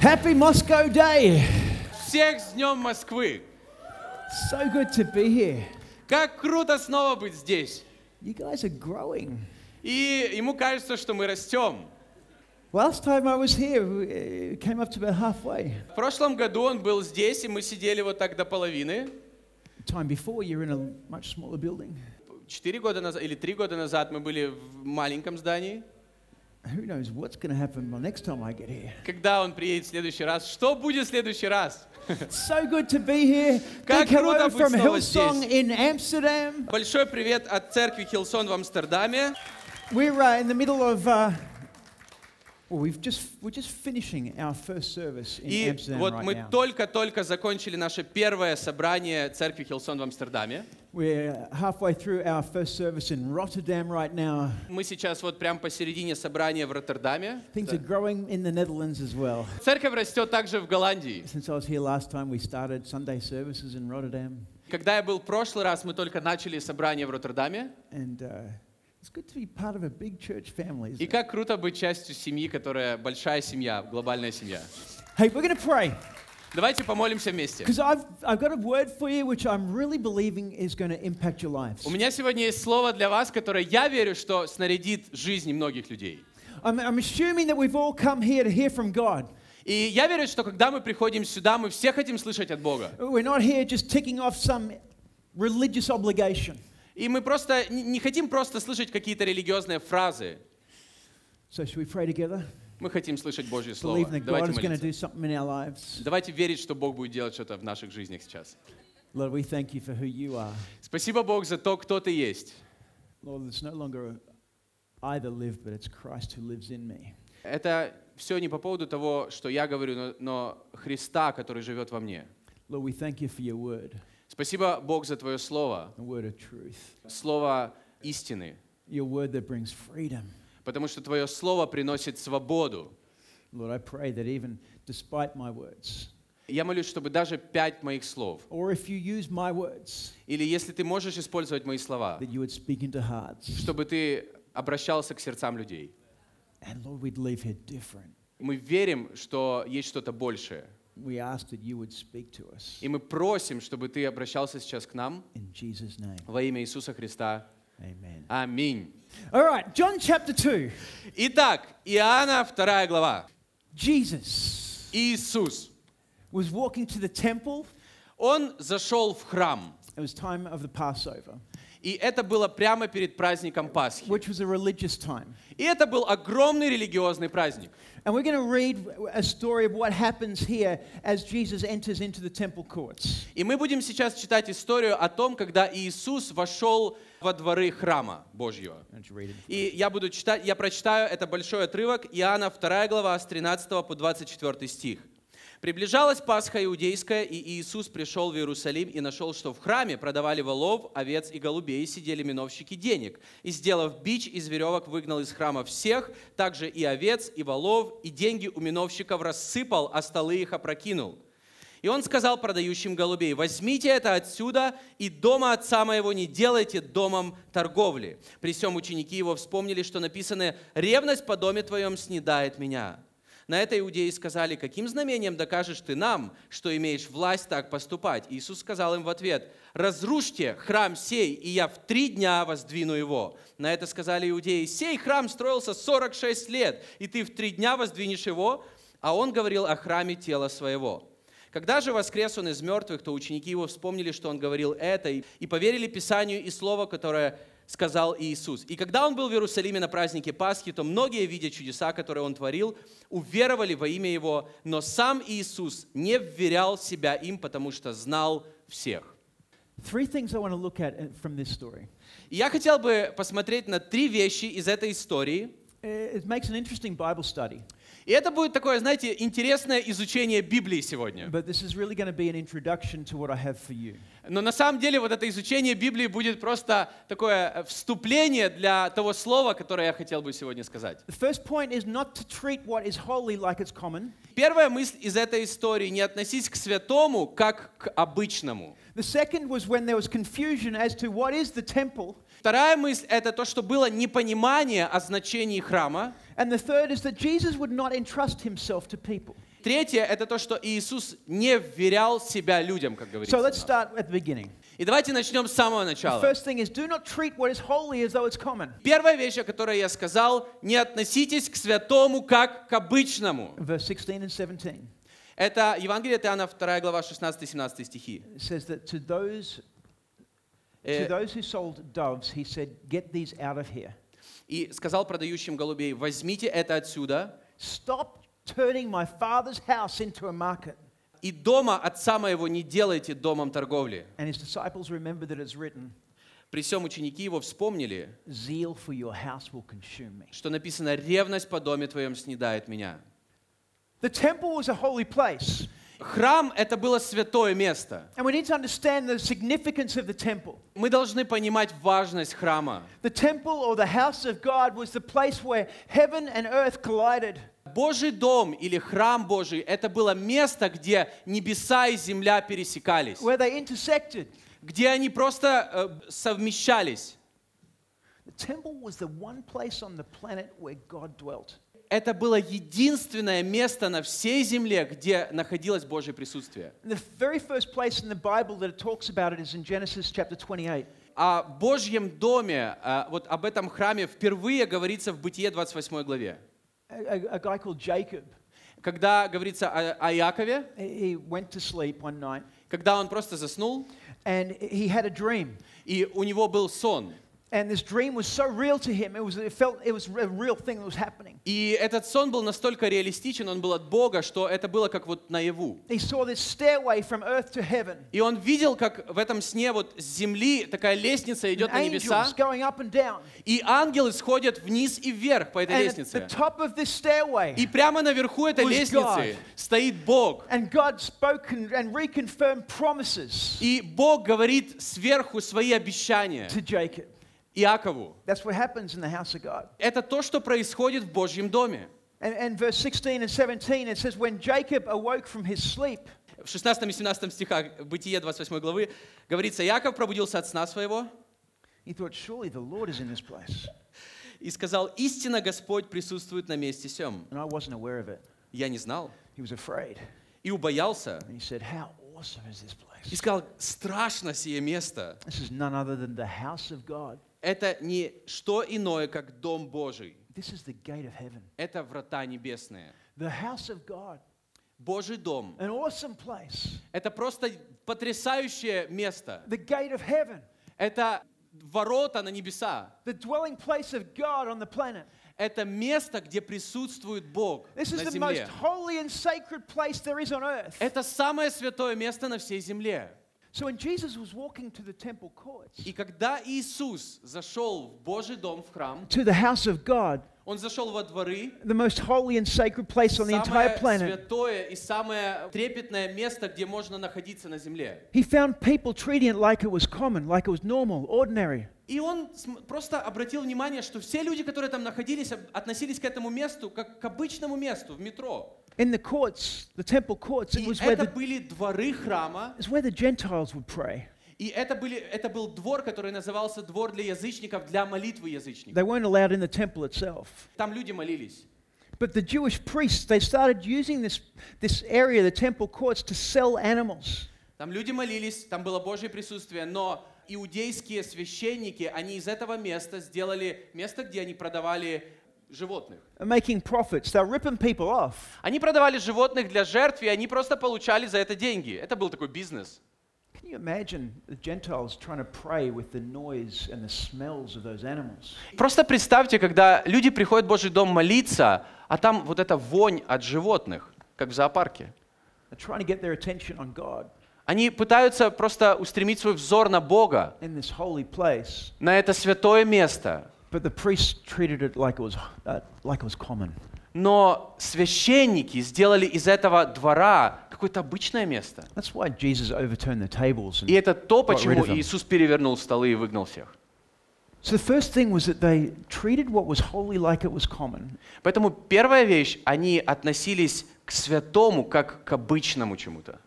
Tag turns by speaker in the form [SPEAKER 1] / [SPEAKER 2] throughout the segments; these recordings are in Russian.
[SPEAKER 1] Happy Moscow Day!
[SPEAKER 2] Всех с Днем Москвы!
[SPEAKER 1] So good to be here.
[SPEAKER 2] Как круто снова быть здесь!
[SPEAKER 1] You guys are growing.
[SPEAKER 2] И ему кажется, что мы растем.
[SPEAKER 1] Last time I was here, we- uh, it came up to about halfway.
[SPEAKER 2] В прошлом году он был здесь, и мы сидели вот так до половины.
[SPEAKER 1] Time before, you're in a much smaller building.
[SPEAKER 2] Четыре года назад или три года назад мы были в маленьком здании.
[SPEAKER 1] Who knows what's going to happen the next time I get here?
[SPEAKER 2] Когда он приедет в следующий раз? Что будет в следующий раз?
[SPEAKER 1] so good to be here.
[SPEAKER 2] Как
[SPEAKER 1] Big hello
[SPEAKER 2] круто быть
[SPEAKER 1] from
[SPEAKER 2] снова
[SPEAKER 1] Hillsong
[SPEAKER 2] здесь.
[SPEAKER 1] in Amsterdam.
[SPEAKER 2] Большой привет от церкви Хилсон в Амстердаме.
[SPEAKER 1] We're uh, in the middle of. Uh, well, we've just we're just finishing our first service in
[SPEAKER 2] И
[SPEAKER 1] Amsterdam
[SPEAKER 2] вот
[SPEAKER 1] right
[SPEAKER 2] мы
[SPEAKER 1] now.
[SPEAKER 2] только-только закончили наше первое собрание церкви Хилсон в Амстердаме.
[SPEAKER 1] We're halfway through our first service in Rotterdam right now.
[SPEAKER 2] Мы сейчас вот прям посередине собрания в Роттердаме.
[SPEAKER 1] Things
[SPEAKER 2] Да.
[SPEAKER 1] are growing in the Netherlands as well.
[SPEAKER 2] Церковь растет также в Голландии.
[SPEAKER 1] Since I was here last time, we started Sunday services in Rotterdam,
[SPEAKER 2] Когда я был в прошлый раз, мы только начали собрание в Роттердаме.
[SPEAKER 1] and uh, it's good to be part of a big church family. isn't
[SPEAKER 2] И
[SPEAKER 1] it?
[SPEAKER 2] как круто быть частью семьи, которая большая семья, глобальная семья.
[SPEAKER 1] Hey, we're going to pray
[SPEAKER 2] Давайте помолимся вместе.
[SPEAKER 1] because I've I've got a word for you which I'm really believing is going to impact your lives.
[SPEAKER 2] У меня сегодня есть слово для вас, которое я верю, что снарядит жизни многих людей.
[SPEAKER 1] I'm, I'm assuming that we've all come here to hear from God.
[SPEAKER 2] И я верю, что когда мы приходим сюда, мы все хотим слышать от Бога.
[SPEAKER 1] We're not here just ticking off some religious obligation.
[SPEAKER 2] И мы просто не не хотим просто слышать какие-то религиозные фразы.
[SPEAKER 1] So should we pray together?
[SPEAKER 2] Мы хотим слышать Божье Слово.
[SPEAKER 1] Believing that God
[SPEAKER 2] Давайте
[SPEAKER 1] is going to
[SPEAKER 2] молиться.
[SPEAKER 1] do something in our lives.
[SPEAKER 2] Давайте верить, что Бог будет делать что-то в наших жизнях сейчас.
[SPEAKER 1] Lord, we thank you for who you are.
[SPEAKER 2] Спасибо, Бог, за то, кто ты есть.
[SPEAKER 1] Lord, it's no longer I that live, but it's Christ who lives in me.
[SPEAKER 2] Это все не по поводу того, что я говорю, но, но Христа, который живет во мне.
[SPEAKER 1] Lord, we thank you for your word,
[SPEAKER 2] Спасибо, Бог, за Твое Слово,
[SPEAKER 1] the word of truth,
[SPEAKER 2] Слово истины,
[SPEAKER 1] your word that brings freedom.
[SPEAKER 2] потому что Твое Слово приносит свободу.
[SPEAKER 1] Lord, I pray that even despite my words,
[SPEAKER 2] Я молюсь, чтобы даже пять моих слов,
[SPEAKER 1] or if you use my words,
[SPEAKER 2] или если ты можешь использовать мои слова,
[SPEAKER 1] that you would speak into hearts.
[SPEAKER 2] чтобы ты обращался к сердцам людей.
[SPEAKER 1] And Lord, we'd leave here different.
[SPEAKER 2] Мы верим, что есть что-то большее,
[SPEAKER 1] We ask that you would speak to us.
[SPEAKER 2] и мы просим, чтобы ты обращался сейчас к нам
[SPEAKER 1] In Jesus' name,
[SPEAKER 2] во имя Иисуса Христа.
[SPEAKER 1] amen.
[SPEAKER 2] Аминь.
[SPEAKER 1] All right, John chapter 2.
[SPEAKER 2] Итак, Иоанна 2 глава.
[SPEAKER 1] Jesus
[SPEAKER 2] Иисус.
[SPEAKER 1] was walking to the temple.
[SPEAKER 2] Он зашел в храм,
[SPEAKER 1] It was time of the Passover,
[SPEAKER 2] и это было прямо перед праздником Пасхи.
[SPEAKER 1] which was a religious time.
[SPEAKER 2] И это был огромный религиозный праздник.
[SPEAKER 1] And we're going to read a story of what happens here as Jesus enters into the temple courts.
[SPEAKER 2] И мы будем сейчас читать историю о том, когда Иисус вошел во дворы храма Божьего.
[SPEAKER 1] Let's read it.
[SPEAKER 2] И я буду читать, я прочитаю это большой отрывок Иоанна 2 глава с 13 по 24 стих. Приближалась Пасха Иудейская, и Иисус пришел в Иерусалим и нашел, что в храме продавали волов, овец и голубей, и сидели миновщики денег. И, сделав бич из веревок, выгнал из храма всех, также и овец, и волов, и деньги у миновщиков рассыпал, а столы их опрокинул. И он сказал продающим голубей, возьмите это отсюда, и дома отца моего не делайте домом торговли. При всем ученики его вспомнили, что написано, ревность по доме твоем снедает меня. На это иудеи сказали, каким знамением докажешь ты нам, что имеешь власть так поступать? Иисус сказал им в ответ, разрушьте храм сей, и я в три дня воздвину его. На это сказали иудеи, сей храм строился 46 лет, и ты в три дня воздвинешь его? А он говорил о храме тела своего. Когда же воскрес он из мертвых, то ученики его вспомнили, что он говорил это, и и поверили Писанию и Слову, которое сказал Иисус. И когда он был в Иерусалиме на празднике Пасхи, то многие, видя чудеса, которые он творил, уверовали во имя его, но сам Иисус не вверял себя им, потому что знал всех.
[SPEAKER 1] Three things I want to look at uh, from this story.
[SPEAKER 2] И я хотел бы посмотреть на три вещи из этой истории.
[SPEAKER 1] Uh, It makes an interesting Bible study,
[SPEAKER 2] И это будет такое, знаете, интересное изучение Библии сегодня.
[SPEAKER 1] but this is really going to be an introduction to what I have for you.
[SPEAKER 2] Но на самом деле вот это изучение Библии будет просто такое э, вступление для того слова, которое я хотел бы сегодня сказать.
[SPEAKER 1] The first point is not to treat what is holy like it's common.
[SPEAKER 2] Первая мысль из этой истории – не относись к святому, как к обычному.
[SPEAKER 1] The second was when there was confusion as to what is the temple.
[SPEAKER 2] Вторая мысль – это то, что было непонимание о значении храма.
[SPEAKER 1] And the third is that Jesus would not entrust himself to people.
[SPEAKER 2] Третье — это то, что Иисус не вверял себя людям, как говорится.
[SPEAKER 1] So let's start at the beginning.
[SPEAKER 2] И давайте начнем с самого
[SPEAKER 1] The
[SPEAKER 2] начала.
[SPEAKER 1] first thing is do not treat what is holy as though it's common.
[SPEAKER 2] Первая вещь, о которой я сказал, не относитесь к святому как к обычному.
[SPEAKER 1] Verse 16 and 17
[SPEAKER 2] Это Евангелие от Иоанна 2 глава 16-17 стихи.
[SPEAKER 1] it says that to those to
[SPEAKER 2] Э,
[SPEAKER 1] those who sold doves, he said, "Get these out of here.
[SPEAKER 2] И сказал продающим голубей, возьмите это отсюда,
[SPEAKER 1] Stop turning my father's house into a market."
[SPEAKER 2] и дома отца моего не делайте домом торговли.
[SPEAKER 1] And his disciples remembered that it's written,
[SPEAKER 2] При всем ученики его вспомнили,
[SPEAKER 1] "Zeal for your house will consume me."
[SPEAKER 2] что написано «ревность по доме твоем снедает меня».
[SPEAKER 1] The temple was a holy place,
[SPEAKER 2] Храм — это было святое место.
[SPEAKER 1] and we need to understand the significance of the temple.
[SPEAKER 2] Мы должны понимать важность храма.
[SPEAKER 1] The temple or the house of God was the place where heaven and earth collided.
[SPEAKER 2] Божий дом или храм Божий — это было место, где небеса и земля пересекались,
[SPEAKER 1] where they intersected.
[SPEAKER 2] где они просто э, совмещались.
[SPEAKER 1] The temple was the one place on the planet where God dwelt.
[SPEAKER 2] Это было единственное место на всей земле, где находилось Божье присутствие.
[SPEAKER 1] And the very first place in the Bible that it talks about it is in Genesis chapter 28.
[SPEAKER 2] О Божьем доме, э, вот об этом храме впервые говорится в Бытие 28 главе.
[SPEAKER 1] A, a- a guy called Jacob,
[SPEAKER 2] Когда говорится о, о Якове,
[SPEAKER 1] he he went to sleep one night
[SPEAKER 2] когда он просто заснул,
[SPEAKER 1] and he had a dream.
[SPEAKER 2] и у него был сон.
[SPEAKER 1] And this dream was so real to him, it, was, it felt it was a real thing that was happening.
[SPEAKER 2] И этот сон был настолько реалистичен, он был от Бога, что это было как вот наяву.
[SPEAKER 1] He saw this stairway from earth to heaven.
[SPEAKER 2] И он видел, как в этом сне вот с земли такая лестница идет
[SPEAKER 1] and
[SPEAKER 2] на
[SPEAKER 1] angels
[SPEAKER 2] небеса,
[SPEAKER 1] going up and down.
[SPEAKER 2] и ангелы сходят вниз и вверх по этой
[SPEAKER 1] And at the
[SPEAKER 2] лестнице.
[SPEAKER 1] top of this stairway,
[SPEAKER 2] И прямо наверху этой
[SPEAKER 1] Was God.
[SPEAKER 2] лестницы стоит Бог.
[SPEAKER 1] and God spoke and, and reconfirmed promises
[SPEAKER 2] И Бог говорит сверху свои обещания
[SPEAKER 1] to Jacob.
[SPEAKER 2] Иакову.
[SPEAKER 1] That's what happens in the house of God.
[SPEAKER 2] Это то, что происходит в Божьем доме.
[SPEAKER 1] And, and verse 16 and 17, it says, When Jacob awoke from his sleep,
[SPEAKER 2] В 16 и 17 стихах Бытие 28 главы говорится, Яков пробудился от сна своего
[SPEAKER 1] he thought, Surely the Lord is in this place.
[SPEAKER 2] и сказал, истинно Господь присутствует на месте сем.
[SPEAKER 1] And I wasn't aware of it.
[SPEAKER 2] Я не знал
[SPEAKER 1] He was afraid.
[SPEAKER 2] и убоялся.
[SPEAKER 1] And he said, How awesome is this
[SPEAKER 2] И
[SPEAKER 1] place?
[SPEAKER 2] сказал, страшно сие место.
[SPEAKER 1] This is none other than the house of God.
[SPEAKER 2] Это не что иное, как Дом Божий.
[SPEAKER 1] This is the gate of heaven.
[SPEAKER 2] Это врата небесные.
[SPEAKER 1] The house of God.
[SPEAKER 2] Божий дом.
[SPEAKER 1] An awesome place.
[SPEAKER 2] Это просто потрясающее место.
[SPEAKER 1] The gate of heaven.
[SPEAKER 2] Это ворота на небеса.
[SPEAKER 1] The dwelling place of God on the planet.
[SPEAKER 2] Это место, где присутствует Бог
[SPEAKER 1] This is
[SPEAKER 2] на
[SPEAKER 1] the most
[SPEAKER 2] земле.
[SPEAKER 1] holy and sacred place there is on earth.
[SPEAKER 2] Это самое святое место на всей земле.
[SPEAKER 1] So when Jesus was walking to the temple courts,
[SPEAKER 2] И когда Иисус зашел в Божий дом, в храм,
[SPEAKER 1] to the house of God,
[SPEAKER 2] Он зашел во дворы,
[SPEAKER 1] the most holy and sacred place on the entire
[SPEAKER 2] самое
[SPEAKER 1] planet.
[SPEAKER 2] святое и самое трепетное место, где можно находиться на земле.
[SPEAKER 1] He found people treating it like it was common, like it was normal, ordinary.
[SPEAKER 2] И он см- просто обратил внимание, что все люди, которые там находились, об- относились к этому месту как к обычному месту в метро.
[SPEAKER 1] In the courts, the temple courts, it
[SPEAKER 2] И
[SPEAKER 1] was where
[SPEAKER 2] это
[SPEAKER 1] the,
[SPEAKER 2] были дворы храма,
[SPEAKER 1] it's where the Gentiles would pray.
[SPEAKER 2] и это, были, это был двор, который назывался двор для язычников, для молитвы язычников.
[SPEAKER 1] They weren't allowed in the temple itself.
[SPEAKER 2] Там люди молились.
[SPEAKER 1] But the Jewish priests, they started using this, this area, the temple courts, to sell animals.
[SPEAKER 2] Там люди молились, там было Божье присутствие, но иудейские священники, они из этого места сделали место, где они продавали животных.
[SPEAKER 1] uh, Making profits. They're ripping people off.
[SPEAKER 2] Они продавали животных для жертв, и они просто получали за это деньги. Это был такой бизнес.
[SPEAKER 1] Can you imagine the Gentiles trying to pray with the noise and the smells of those animals?
[SPEAKER 2] Просто представьте, когда люди приходят в Божий дом молиться, а там вот эта вонь от животных, как в зоопарке.
[SPEAKER 1] They're trying to get their attention on God
[SPEAKER 2] Они пытаются просто устремить свой взор на Бога,
[SPEAKER 1] in this holy place.
[SPEAKER 2] на это святое место.
[SPEAKER 1] But the priests treated it like it was, uh, like it was common.
[SPEAKER 2] Но священники сделали из этого двора какое-то обычное место.
[SPEAKER 1] That's why Jesus overturned the tables.
[SPEAKER 2] И
[SPEAKER 1] And
[SPEAKER 2] это
[SPEAKER 1] Got
[SPEAKER 2] то,
[SPEAKER 1] rid
[SPEAKER 2] почему
[SPEAKER 1] of them.
[SPEAKER 2] Иисус перевернул столы и выгнал всех.
[SPEAKER 1] so the first thing was that they treated what was holy like it was common.
[SPEAKER 2] Поэтому первая вещь, они относились к святому как к обычному чему-то.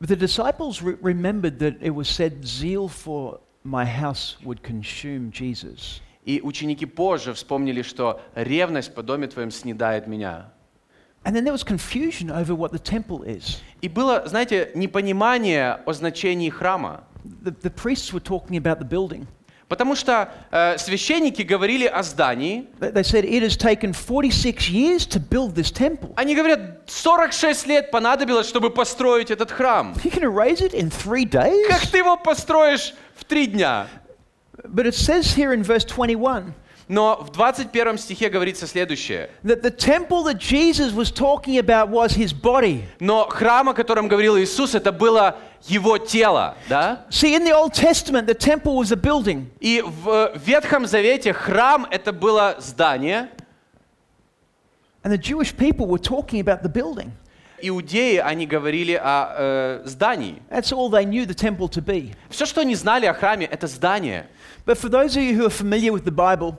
[SPEAKER 1] But the disciples re- remembered that it was said, Zeal for my house would consume Jesus.
[SPEAKER 2] И ученики позже вспомнили, что ревность по доме твоем снедает меня.
[SPEAKER 1] And then there was confusion over what the temple is.
[SPEAKER 2] И было, знаете, непонимание о значении храма.
[SPEAKER 1] The, the priests were talking about the building.
[SPEAKER 2] Потому что э, священники говорили о здании.
[SPEAKER 1] They they said, It has taken 46 years to build this temple.
[SPEAKER 2] Они говорят, 46 лет понадобилось, чтобы построить этот храм.
[SPEAKER 1] You can erase it in three days?
[SPEAKER 2] Как ты его построишь в три дня?
[SPEAKER 1] But it says here in verse 21
[SPEAKER 2] Но в 21 стихе говорится следующее.
[SPEAKER 1] that the temple that Jesus was talking about was his body.
[SPEAKER 2] Но храм, о котором говорил Иисус, это было его тело, да?
[SPEAKER 1] See, in the Old Testament, the temple was a building.
[SPEAKER 2] И в Ветхом Завете храм это было здание.
[SPEAKER 1] And the Jewish people were talking about the building.
[SPEAKER 2] Иудеи, они говорили о э, здании.
[SPEAKER 1] That's all they knew the temple to be.
[SPEAKER 2] Все, что они знали о храме, это здание.
[SPEAKER 1] But for those of you who are familiar with the Bible,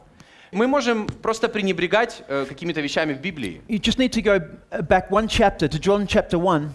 [SPEAKER 2] Мы можем просто пренебрегать э, какими-то вещами в Библии.
[SPEAKER 1] you just need to go uh, back one chapter to John chapter 1.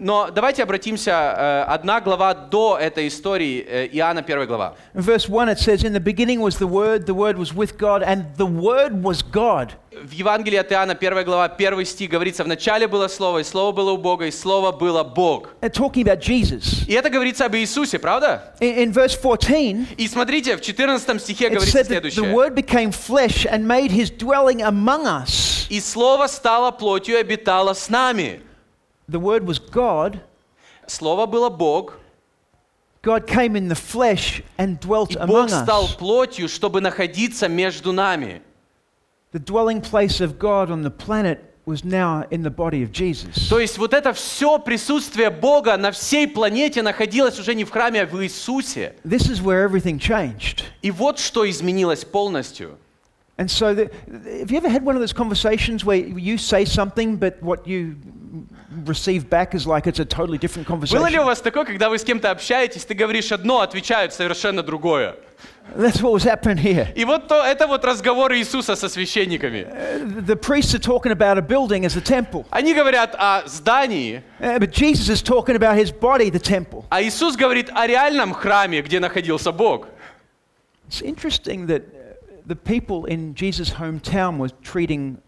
[SPEAKER 2] Но давайте обратимся э, одна глава до этой истории э, Иоанна 1 глава.
[SPEAKER 1] In verse 1, it says, In the beginning was the Word, the Word was with God, and the Word was God.
[SPEAKER 2] В Евангелии от Иоанна 1 глава 1 стих говорится, в начале было Слово, и Слово было у Бога, и Слово было Бог.
[SPEAKER 1] They're Uh, talking about Jesus.
[SPEAKER 2] И это говорится об Иисусе, правда?
[SPEAKER 1] In, in verse 14,
[SPEAKER 2] И смотрите, в 14 стихе
[SPEAKER 1] it
[SPEAKER 2] говорится
[SPEAKER 1] said that the
[SPEAKER 2] следующее.
[SPEAKER 1] Word became flesh and made his dwelling among us.
[SPEAKER 2] «И Слово стало плотью и обитало с нами».
[SPEAKER 1] The Word was God.
[SPEAKER 2] Слово было Бог,
[SPEAKER 1] God came in the flesh and dwelt
[SPEAKER 2] и
[SPEAKER 1] among
[SPEAKER 2] Бог стал
[SPEAKER 1] us.
[SPEAKER 2] плотью, чтобы находиться между нами.
[SPEAKER 1] The dwelling place of God on the planet was now in the body of Jesus.
[SPEAKER 2] То есть вот это все присутствие Бога на всей планете находилось уже не в храме, а в Иисусе.
[SPEAKER 1] This is where everything changed.
[SPEAKER 2] И вот что изменилось полностью.
[SPEAKER 1] And so, the, have you ever had one of those conversations where you say something, but what you receive back is like it's a totally different
[SPEAKER 2] Было ли у
[SPEAKER 1] conversation?
[SPEAKER 2] вас такое, когда вы с кем-то общаетесь, ты говоришь одно, отвечают совершенно другое?
[SPEAKER 1] That's what was happening here.
[SPEAKER 2] И вот то, это вот разговор Иисуса со священниками.
[SPEAKER 1] The priests are talking about a building as a temple,
[SPEAKER 2] Они говорят о здании,
[SPEAKER 1] Uh, but Jesus is talking about his body, the temple.
[SPEAKER 2] а Иисус говорит о реальном храме, где находился Бог.
[SPEAKER 1] It's interesting that uh, the people in Jesus' hometown were treating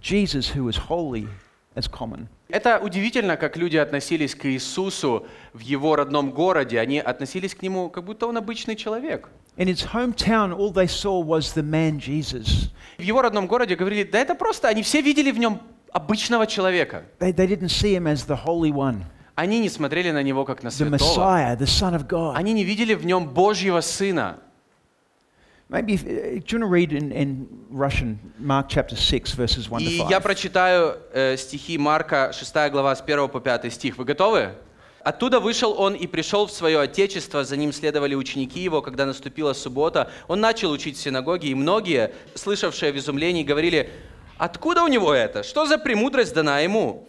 [SPEAKER 1] Jesus, who was holy, as common.
[SPEAKER 2] Это удивительно, как люди относились к Иисусу в его родном городе. Они относились к нему, как будто он обычный человек.
[SPEAKER 1] In his hometown, all they saw was the man Jesus.
[SPEAKER 2] В его родном городе говорили, да это просто, они все видели в нем обычного человека.
[SPEAKER 1] They, they didn't see him as the Holy One,
[SPEAKER 2] Они не смотрели на него, как на
[SPEAKER 1] the
[SPEAKER 2] святого.
[SPEAKER 1] Messiah, the Son of God.
[SPEAKER 2] Они не видели в нем Божьего Сына.
[SPEAKER 1] Maybe, if, uh, do you want to read in, in Russian, Mark chapter 6, verses 1
[SPEAKER 2] И
[SPEAKER 1] to
[SPEAKER 2] я
[SPEAKER 1] 5?
[SPEAKER 2] прочитаю э, стихи Марка, 6 глава, с 1 по 5 стих. Вы готовы? «Оттуда вышел он и пришел в свое отечество, за ним следовали ученики его, когда наступила суббота. Он начал учить в синагоге, и многие, слышавшие в изумлении, говорили, «Откуда у него это? Что за премудрость дана ему?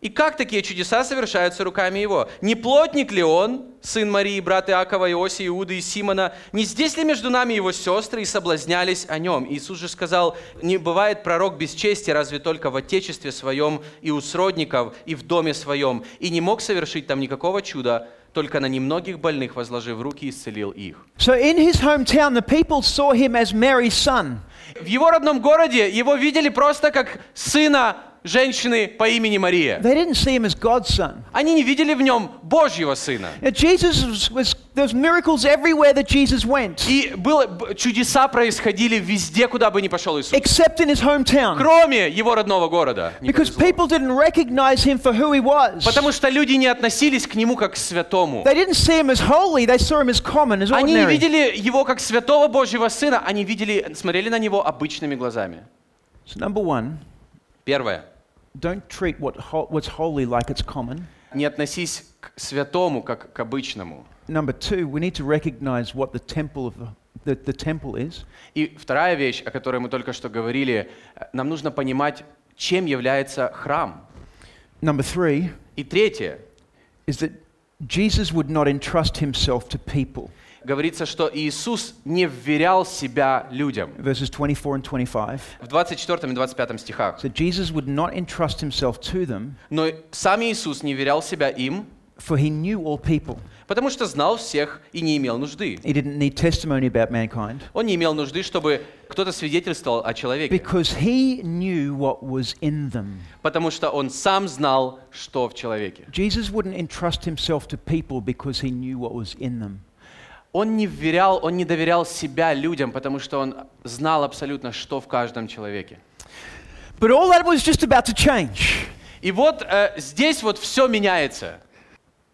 [SPEAKER 2] И как такие чудеса совершаются руками его? Не плотник ли он, сын Марии, брат Иакова, Иоси, Иуды и Симона? Не здесь ли между нами его сестры и соблазнялись о нем? Иисус же сказал, не бывает пророк без чести, разве только в отечестве своем и у сродников, и в доме своем. И не мог совершить там никакого чуда, только на немногих больных, возложив руки, исцелил их.
[SPEAKER 1] So, in his hometown, the people saw him as Mary's son.
[SPEAKER 2] В его родном городе его видели просто как сына женщины по имени Мария.
[SPEAKER 1] They didn't see him as God's son.
[SPEAKER 2] Они не видели в нем Божьего сына.
[SPEAKER 1] Now, Jesus was, was there was miracles everywhere that Jesus went,
[SPEAKER 2] И было, б- чудеса происходили везде, куда бы ни пошел Иисус.
[SPEAKER 1] except in his hometown,
[SPEAKER 2] Кроме его родного города. Не
[SPEAKER 1] because
[SPEAKER 2] повезло.
[SPEAKER 1] people didn't recognize him for who he was.
[SPEAKER 2] Потому что люди не относились к нему как к святому.
[SPEAKER 1] They didn't see him as holy; they saw him as common, as
[SPEAKER 2] Они не
[SPEAKER 1] ordinary.
[SPEAKER 2] видели его как святого Божьего Сына, они видели, смотрели на него обычными глазами.
[SPEAKER 1] So, number one,
[SPEAKER 2] Первое.
[SPEAKER 1] don't treat what ho- what's holy like it's common.
[SPEAKER 2] Не относись к святому как к обычному.
[SPEAKER 1] Number two, we need to recognize what the temple of the, the, the temple is.
[SPEAKER 2] И вторая вещь, о которой мы только что говорили, э, нам нужно понимать, чем является храм.
[SPEAKER 1] Number three
[SPEAKER 2] И третье.
[SPEAKER 1] is that Jesus would not entrust himself to people.
[SPEAKER 2] Говорится, что Иисус не вверял себя людям.
[SPEAKER 1] Verses 24 and 25.
[SPEAKER 2] в 24 и 25 стихах.
[SPEAKER 1] So Jesus would not entrust himself to them,
[SPEAKER 2] Но сам Иисус не верял себя им,
[SPEAKER 1] for he knew all people.
[SPEAKER 2] потому что знал всех и не имел нужды.
[SPEAKER 1] He didn't need testimony about mankind
[SPEAKER 2] Он не имел нужды, чтобы кто-то свидетельствовал о человеке,
[SPEAKER 1] because he knew what was in them.
[SPEAKER 2] потому что он сам знал, что в человеке.
[SPEAKER 1] Jesus wouldn't entrust himself to people because he knew what was in them.
[SPEAKER 2] Он не вверял, он не доверял себя людям, потому что он знал абсолютно, что в каждом человеке.
[SPEAKER 1] But all that was just about to change.
[SPEAKER 2] И вот э, здесь вот все меняется.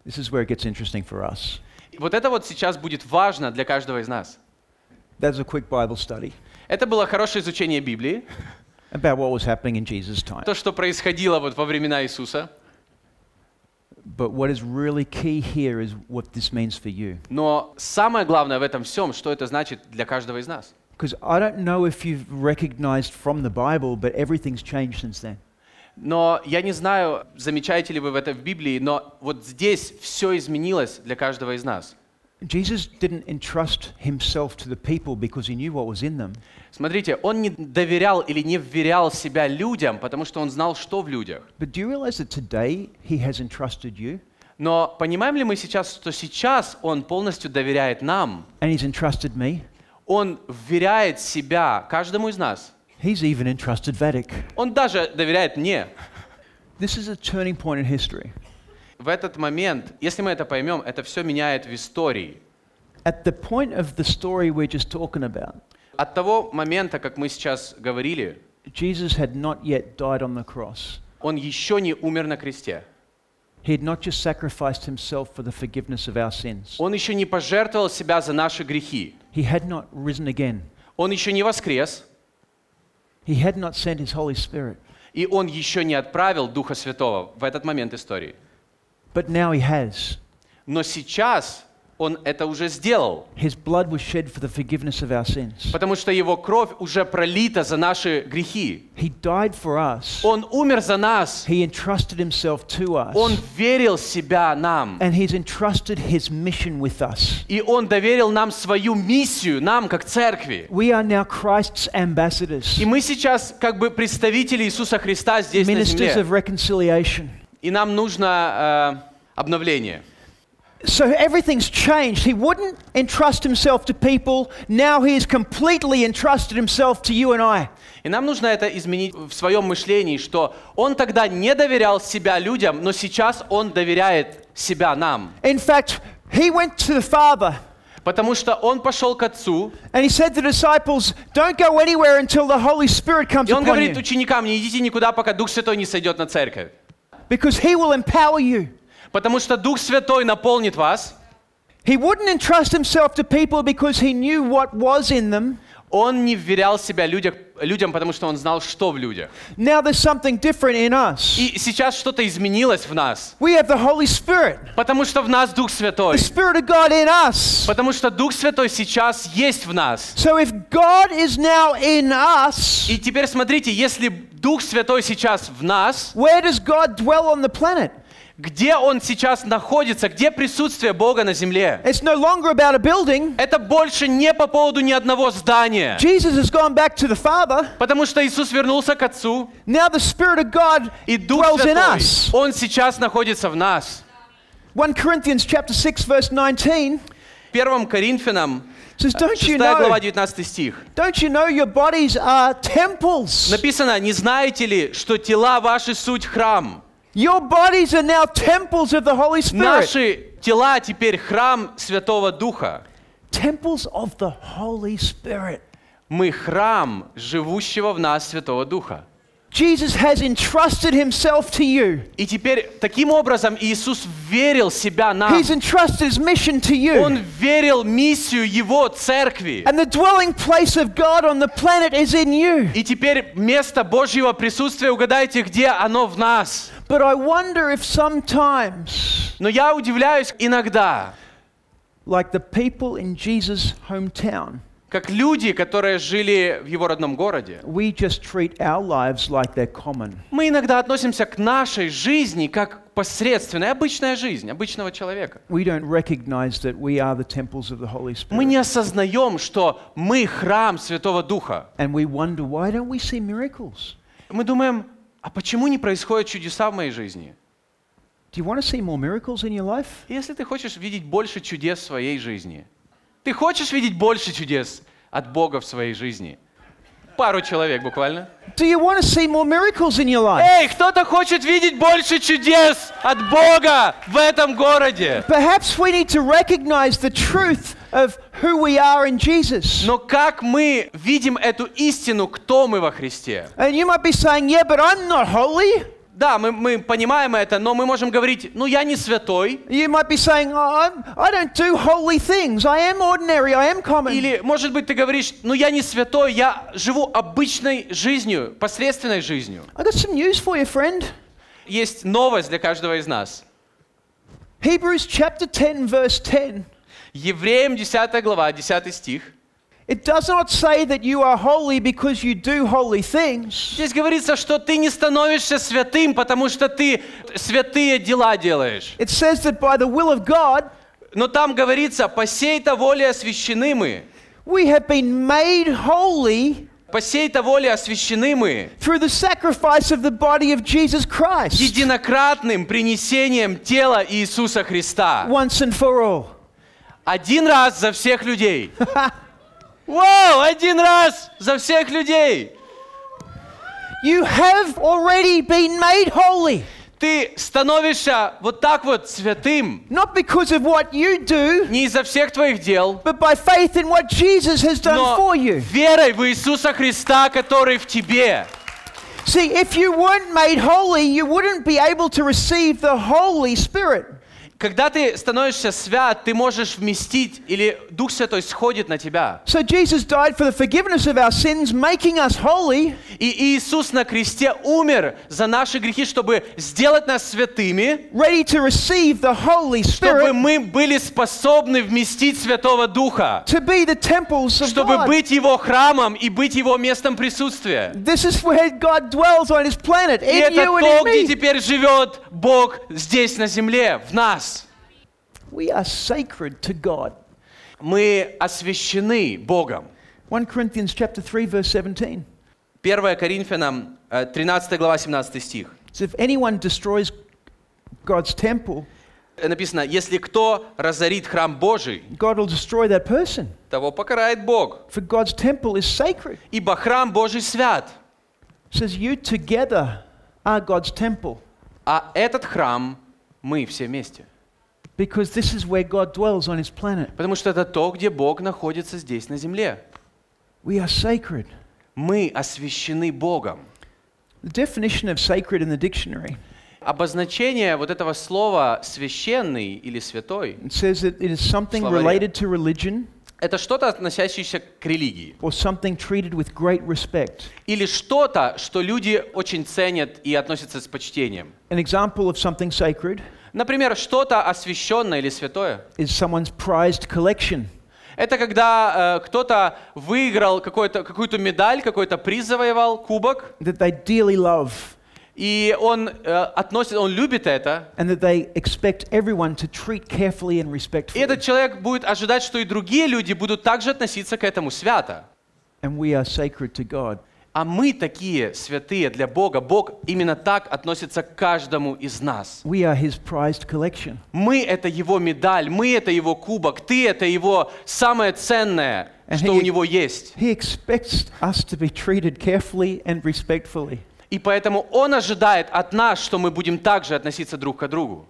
[SPEAKER 1] This is where it gets interesting for us.
[SPEAKER 2] И Вот это вот сейчас будет важно для каждого из нас.
[SPEAKER 1] That's a quick Bible study
[SPEAKER 2] Это было хорошее изучение Библии,
[SPEAKER 1] about what was happening in Jesus' time.
[SPEAKER 2] то, что происходило вот во времена Иисуса.
[SPEAKER 1] But what is really key here is what this means for you.
[SPEAKER 2] Но самое главное в этом всем, что это значит для каждого из нас.
[SPEAKER 1] Because I don't know if you've recognized from the Bible, but everything's changed since then.
[SPEAKER 2] Но я не знаю, замечаете ли вы в это в Библии, но вот здесь все изменилось для каждого из нас.
[SPEAKER 1] Jesus didn't entrust himself to the people because he knew what was in them.
[SPEAKER 2] Смотрите, он не доверял или не вверял себя людям, потому что он знал, что в людях.
[SPEAKER 1] But do you realize that today he has entrusted you
[SPEAKER 2] Но понимаем ли мы сейчас, что сейчас он полностью доверяет нам?
[SPEAKER 1] and he's entrusted me?
[SPEAKER 2] Он вверяет себя каждому из нас.
[SPEAKER 1] He's even entrusted Vedic.
[SPEAKER 2] Он даже доверяет мне.
[SPEAKER 1] This is a turning point in history.
[SPEAKER 2] В этот момент, если мы это поймем, это все меняет в истории.
[SPEAKER 1] At the point of the story we're just talking about,
[SPEAKER 2] От того момента, как мы сейчас говорили,
[SPEAKER 1] Jesus had not yet died on the cross.
[SPEAKER 2] он еще не умер на кресте.
[SPEAKER 1] He had not just sacrificed himself for the forgiveness of our sins.
[SPEAKER 2] Он еще не пожертвовал себя за наши грехи.
[SPEAKER 1] He had not risen again.
[SPEAKER 2] Он еще не воскрес,
[SPEAKER 1] He had not sent his Holy Spirit.
[SPEAKER 2] и он еще не отправил Духа Святого в этот момент истории.
[SPEAKER 1] But now he has.
[SPEAKER 2] Но сейчас он это уже сделал,
[SPEAKER 1] His blood was shed for the forgiveness of our sins.
[SPEAKER 2] потому что его кровь уже пролита за наши грехи.
[SPEAKER 1] He died for us.
[SPEAKER 2] Он умер за нас.
[SPEAKER 1] He entrusted himself to
[SPEAKER 2] Он
[SPEAKER 1] us.
[SPEAKER 2] верил себя нам.
[SPEAKER 1] And he's entrusted his mission with us.
[SPEAKER 2] И он доверил нам свою миссию, нам как церкви.
[SPEAKER 1] We are now Christ's ambassadors,
[SPEAKER 2] И мы сейчас как бы представители Иисуса Христа здесь на
[SPEAKER 1] ministers
[SPEAKER 2] земле.
[SPEAKER 1] of reconciliation.
[SPEAKER 2] И нам нужно э, обновление.
[SPEAKER 1] So everything's changed. He wouldn't entrust himself to people. Now he has completely entrusted himself to you and I.
[SPEAKER 2] И нам нужно это изменить в своем мышлении, что он тогда не доверял себя людям, но сейчас он доверяет себя нам.
[SPEAKER 1] In fact, he went to the Father
[SPEAKER 2] Потому что он пошел к Отцу,
[SPEAKER 1] and he said to the disciples, Don't go anywhere until the Holy Spirit comes
[SPEAKER 2] и он
[SPEAKER 1] upon you,
[SPEAKER 2] говорит ученикам, не идите никуда, пока Дух Святой не сойдет на церковь.
[SPEAKER 1] because he will empower you.
[SPEAKER 2] Потому что Дух Святой наполнит вас.
[SPEAKER 1] He wouldn't entrust himself to people because he knew what was in them.
[SPEAKER 2] Он не вверял себя людях- людям, потому что он знал, что в людях.
[SPEAKER 1] Now there's something different in us.
[SPEAKER 2] И сейчас что-то изменилось в нас.
[SPEAKER 1] We have the Holy Spirit,
[SPEAKER 2] Потому что в нас Дух Святой.
[SPEAKER 1] the Spirit of God in us.
[SPEAKER 2] Потому что Дух Святой сейчас есть в нас.
[SPEAKER 1] So if God is now in us,
[SPEAKER 2] И теперь смотрите, если Дух Святой сейчас в нас,
[SPEAKER 1] where does God dwell on the planet?
[SPEAKER 2] где он сейчас находится, где присутствие Бога на земле.
[SPEAKER 1] It's no longer about a building.
[SPEAKER 2] Это больше не по поводу ни одного здания.
[SPEAKER 1] Jesus has gone back to the Father.
[SPEAKER 2] Потому что Иисус вернулся к Отцу,
[SPEAKER 1] Now the Spirit of God
[SPEAKER 2] и Дух
[SPEAKER 1] dwells in
[SPEAKER 2] Святой,
[SPEAKER 1] us.
[SPEAKER 2] Он сейчас находится в нас.
[SPEAKER 1] 1 Corinthians chapter 6 verse 19
[SPEAKER 2] 1 Коринфянам,
[SPEAKER 1] says, "Don't
[SPEAKER 2] 6
[SPEAKER 1] you
[SPEAKER 2] глава,
[SPEAKER 1] know?
[SPEAKER 2] 19 стих.
[SPEAKER 1] Don't you know your bodies are temples?
[SPEAKER 2] Написано, не знаете ли, что тела ваши суть храм?
[SPEAKER 1] Your bodies are now temples of the Holy Spirit.
[SPEAKER 2] Наши тела теперь храм Святого Духа.
[SPEAKER 1] Temples of the Holy Spirit.
[SPEAKER 2] Мы храм живущего в нас Святого Духа.
[SPEAKER 1] Jesus has entrusted himself to you.
[SPEAKER 2] И теперь таким образом Иисус верил себя нам.
[SPEAKER 1] He's entrusted his mission to
[SPEAKER 2] Он
[SPEAKER 1] you.
[SPEAKER 2] верил миссию его церкви.
[SPEAKER 1] And the dwelling place of God on the planet is in you.
[SPEAKER 2] И теперь место Божьего присутствия, угадайте, где оно в нас.
[SPEAKER 1] But I wonder if sometimes,
[SPEAKER 2] Но я удивляюсь иногда,
[SPEAKER 1] like the people in Jesus' hometown,
[SPEAKER 2] как люди, которые жили в его родном городе,
[SPEAKER 1] we just treat our lives like they're common.
[SPEAKER 2] мы иногда относимся к нашей жизни как к посредственной, обычная жизнь, обычного человека.
[SPEAKER 1] We don't recognize that we are the temples of the Holy
[SPEAKER 2] Мы не
[SPEAKER 1] Spirit.
[SPEAKER 2] осознаем, что мы храм Святого Духа.
[SPEAKER 1] And we wonder, why don't we see miracles?
[SPEAKER 2] Мы думаем, а почему не происходят чудеса в моей жизни?
[SPEAKER 1] Do you want to see more miracles in your life?
[SPEAKER 2] Если ты хочешь видеть больше чудес в своей жизни, ты хочешь видеть больше чудес от Бога в своей жизни? Пару человек буквально.
[SPEAKER 1] Do you want to see more miracles in your life?
[SPEAKER 2] Эй, кто-то хочет видеть больше чудес от Бога в этом городе.
[SPEAKER 1] Perhaps we need to recognize the truth of who we are in Jesus.
[SPEAKER 2] Но как мы видим эту истину, кто мы во Христе?
[SPEAKER 1] And you might be saying, yeah, but I'm not holy.
[SPEAKER 2] Да, мы, мы понимаем это, но мы можем говорить, ну я не святой.
[SPEAKER 1] You might be saying, oh, I'm, I don't do holy things. I am ordinary. I am common.
[SPEAKER 2] Или, может быть, ты говоришь, ну я не святой, я живу обычной жизнью, посредственной жизнью.
[SPEAKER 1] I got some news for you, friend.
[SPEAKER 2] Есть новость для каждого из нас.
[SPEAKER 1] Hebrews chapter 10, verse 10.
[SPEAKER 2] Евреям 10 глава, 10 стих.
[SPEAKER 1] It does not say that you are holy because you do holy things.
[SPEAKER 2] Здесь говорится, что ты не становишься святым, потому что ты святые дела делаешь.
[SPEAKER 1] It says that by the will of God,
[SPEAKER 2] Но там говорится, по сей-то воле освящены мы.
[SPEAKER 1] we have been made holy
[SPEAKER 2] По сей-то воле освящены мы
[SPEAKER 1] through the sacrifice of the body of Jesus Christ
[SPEAKER 2] единократным принесением тела Иисуса Христа.
[SPEAKER 1] once and for all.
[SPEAKER 2] Один раз за всех людей. Вау, один раз за всех людей.
[SPEAKER 1] You have already been made holy,
[SPEAKER 2] Ты становишься вот так вот святым,
[SPEAKER 1] not because of what you do,
[SPEAKER 2] не из-за всех твоих дел,
[SPEAKER 1] but by faith in what Jesus has done
[SPEAKER 2] но
[SPEAKER 1] for you.
[SPEAKER 2] верой в Иисуса Христа, который в тебе.
[SPEAKER 1] See, if you weren't made holy, you wouldn't be able to receive the Holy Spirit.
[SPEAKER 2] Когда ты становишься свят, ты можешь вместить, или Дух Святой сходит на тебя.
[SPEAKER 1] So Jesus died for the forgiveness of our sins, making us holy.
[SPEAKER 2] И Иисус на кресте умер за наши грехи, чтобы сделать нас святыми,
[SPEAKER 1] ready to receive the Holy
[SPEAKER 2] чтобы
[SPEAKER 1] Spirit
[SPEAKER 2] мы были способны вместить Святого Духа,
[SPEAKER 1] to be the temples of
[SPEAKER 2] чтобы
[SPEAKER 1] God.
[SPEAKER 2] быть Его храмом и быть Его местом присутствия.
[SPEAKER 1] This is where God dwells on His planet,
[SPEAKER 2] И
[SPEAKER 1] in
[SPEAKER 2] это
[SPEAKER 1] you and in
[SPEAKER 2] то, где
[SPEAKER 1] me.
[SPEAKER 2] теперь живет Бог здесь, на земле, в нас.
[SPEAKER 1] We are sacred to God.
[SPEAKER 2] Мы освящены Богом.
[SPEAKER 1] 1 Corinthians chapter 3 verse 17.
[SPEAKER 2] 1 Коринфянам, э, 13 глава, 17 стих.
[SPEAKER 1] So if anyone destroys God's temple,
[SPEAKER 2] Э, Написано, если кто разорит храм Божий,
[SPEAKER 1] God will destroy that person.
[SPEAKER 2] того покарает Бог.
[SPEAKER 1] For God's temple is sacred.
[SPEAKER 2] Ибо храм Божий свят,
[SPEAKER 1] It says you together are God's temple
[SPEAKER 2] а этот храм мы все вместе.
[SPEAKER 1] because this is where God dwells on his planet.
[SPEAKER 2] Потому что это то, где Бог находится здесь, на земле.
[SPEAKER 1] We are sacred.
[SPEAKER 2] Мы освящены Богом.
[SPEAKER 1] The definition of sacred in the dictionary
[SPEAKER 2] Обозначение вот этого слова «священный» или «святой»
[SPEAKER 1] It says that it is something
[SPEAKER 2] Словаре.
[SPEAKER 1] related to religion
[SPEAKER 2] — это что-то, относящееся к религии.
[SPEAKER 1] or something treated with great respect.
[SPEAKER 2] Или что-то, что люди очень ценят и относятся с почтением.
[SPEAKER 1] An example of something sacred
[SPEAKER 2] Например, что-то освященное или святое.
[SPEAKER 1] is someone's prized collection.
[SPEAKER 2] Это когда э, кто-то выиграл какой-то- какую-то медаль, какой-то приз завоевал, кубок,
[SPEAKER 1] That they dearly love
[SPEAKER 2] и он э, относит, он любит это.
[SPEAKER 1] and that they expect everyone to treat carefully and
[SPEAKER 2] И
[SPEAKER 1] respectfully.
[SPEAKER 2] этот человек будет ожидать, что и другие люди будут также относиться к этому свято.
[SPEAKER 1] and we are sacred to God.
[SPEAKER 2] А мы такие святые для Бога. Бог именно так относится к каждому из нас.
[SPEAKER 1] We are His prized collection.
[SPEAKER 2] Мы — это Его медаль, мы — это Его кубок, ты — это Его самое ценное,
[SPEAKER 1] And
[SPEAKER 2] что
[SPEAKER 1] he-
[SPEAKER 2] у Него есть.
[SPEAKER 1] He expects us to be treated carefully and respectfully.
[SPEAKER 2] И поэтому Он ожидает от нас, что мы будем также относиться друг к другу.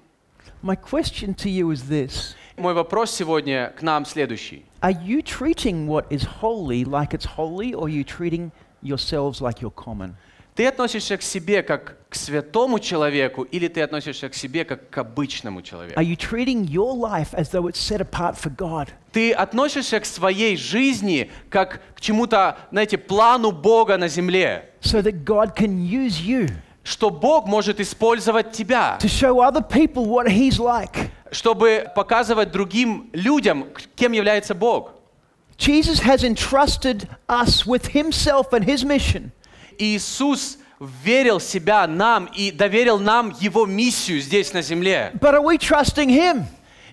[SPEAKER 1] My question to you is this
[SPEAKER 2] Мой вопрос сегодня к нам следующий.
[SPEAKER 1] Are you treating what is holy like it's holy, or are you treating yourselves like you're common?
[SPEAKER 2] Ты относишься к себе как к святому человеку или ты относишься к себе как к обычному
[SPEAKER 1] Are
[SPEAKER 2] человеку?
[SPEAKER 1] you treating your life as though it's set apart for God?
[SPEAKER 2] Ты относишься к своей жизни как к чему-то, знаете, плану Бога на земле,
[SPEAKER 1] So that God can use you
[SPEAKER 2] что Бог может использовать тебя,
[SPEAKER 1] to show other people what He's like.
[SPEAKER 2] чтобы показывать другим людям, к- кем является Бог.
[SPEAKER 1] Jesus has entrusted us with Himself and His mission.
[SPEAKER 2] И Иисус верил себя нам и доверил нам Его миссию здесь на земле.
[SPEAKER 1] But are we trusting Him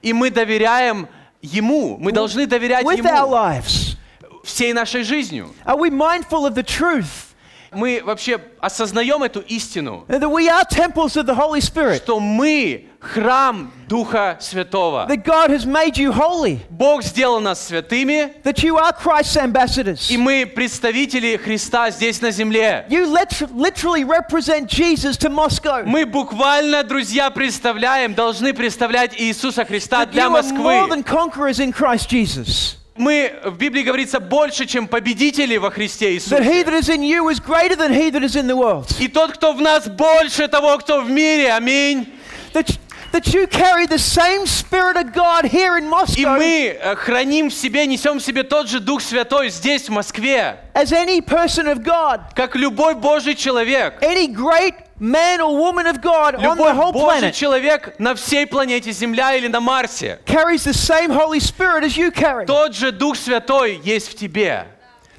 [SPEAKER 2] И мы доверяем Ему, мы должны доверять
[SPEAKER 1] with our
[SPEAKER 2] Ему
[SPEAKER 1] lives?
[SPEAKER 2] всей нашей жизнью.
[SPEAKER 1] Are we mindful of the truth
[SPEAKER 2] Мы вообще осознаем эту истину,
[SPEAKER 1] And that we are temples of the Holy Spirit.
[SPEAKER 2] что мы храм Духа Святого.
[SPEAKER 1] That God has made you holy.
[SPEAKER 2] Бог сделал нас святыми,
[SPEAKER 1] That you are Christ's ambassadors.
[SPEAKER 2] и мы представители Христа здесь на земле.
[SPEAKER 1] You lit- literally represent Jesus to Moscow.
[SPEAKER 2] Мы буквально, друзья, представляем, должны представлять Иисуса Христа
[SPEAKER 1] That you
[SPEAKER 2] для
[SPEAKER 1] are more than
[SPEAKER 2] Москвы.
[SPEAKER 1] conquerors in Christ Jesus.
[SPEAKER 2] Мы, в Библии говорится, больше, чем победители во Христе
[SPEAKER 1] That he
[SPEAKER 2] Иисусе.
[SPEAKER 1] that is in you is greater than he that is in the world.
[SPEAKER 2] И тот, кто в нас, больше того, кто в мире. Аминь.
[SPEAKER 1] That, that you carry the same Spirit of God here in
[SPEAKER 2] И
[SPEAKER 1] Moscow
[SPEAKER 2] мы э, храним в себе, несем в себе тот же Дух Святой здесь, в Москве,
[SPEAKER 1] as any person of God,
[SPEAKER 2] как любой Божий человек.
[SPEAKER 1] any great man or woman of God on the
[SPEAKER 2] Любой
[SPEAKER 1] whole
[SPEAKER 2] Божий
[SPEAKER 1] planet
[SPEAKER 2] человек на всей планете Земля или на Марсе.
[SPEAKER 1] carries the same Holy Spirit as you carry.
[SPEAKER 2] Тот же Дух Святой есть в тебе.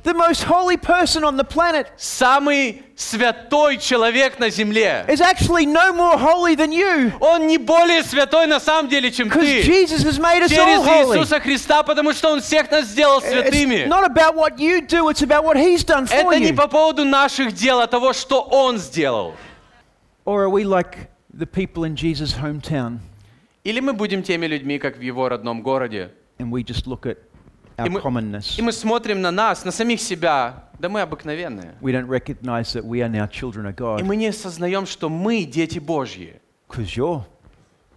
[SPEAKER 1] The most holy person on the planet
[SPEAKER 2] Самый святой человек на земле.
[SPEAKER 1] is actually no more holy than you
[SPEAKER 2] Он не более святой на самом деле, чем
[SPEAKER 1] because
[SPEAKER 2] ты.
[SPEAKER 1] Jesus has made us all
[SPEAKER 2] Через
[SPEAKER 1] holy.
[SPEAKER 2] Иисуса Христа, потому что Он всех нас сделал
[SPEAKER 1] It's
[SPEAKER 2] святыми.
[SPEAKER 1] not about what you do, it's about what he's done for
[SPEAKER 2] Это не
[SPEAKER 1] you.
[SPEAKER 2] по поводу наших дел, а того, что Он сделал.
[SPEAKER 1] Or are we like the people in Jesus' hometown
[SPEAKER 2] Или мы будем теми людьми, как в Его родном городе.
[SPEAKER 1] and we just look at our
[SPEAKER 2] И мы-
[SPEAKER 1] commonness?
[SPEAKER 2] И мы смотрим на нас, на самих себя. Да мы обыкновенные.
[SPEAKER 1] We don't recognize that we are now children of
[SPEAKER 2] И
[SPEAKER 1] God
[SPEAKER 2] мы не осознаем, что мы дети Божьи.
[SPEAKER 1] because your,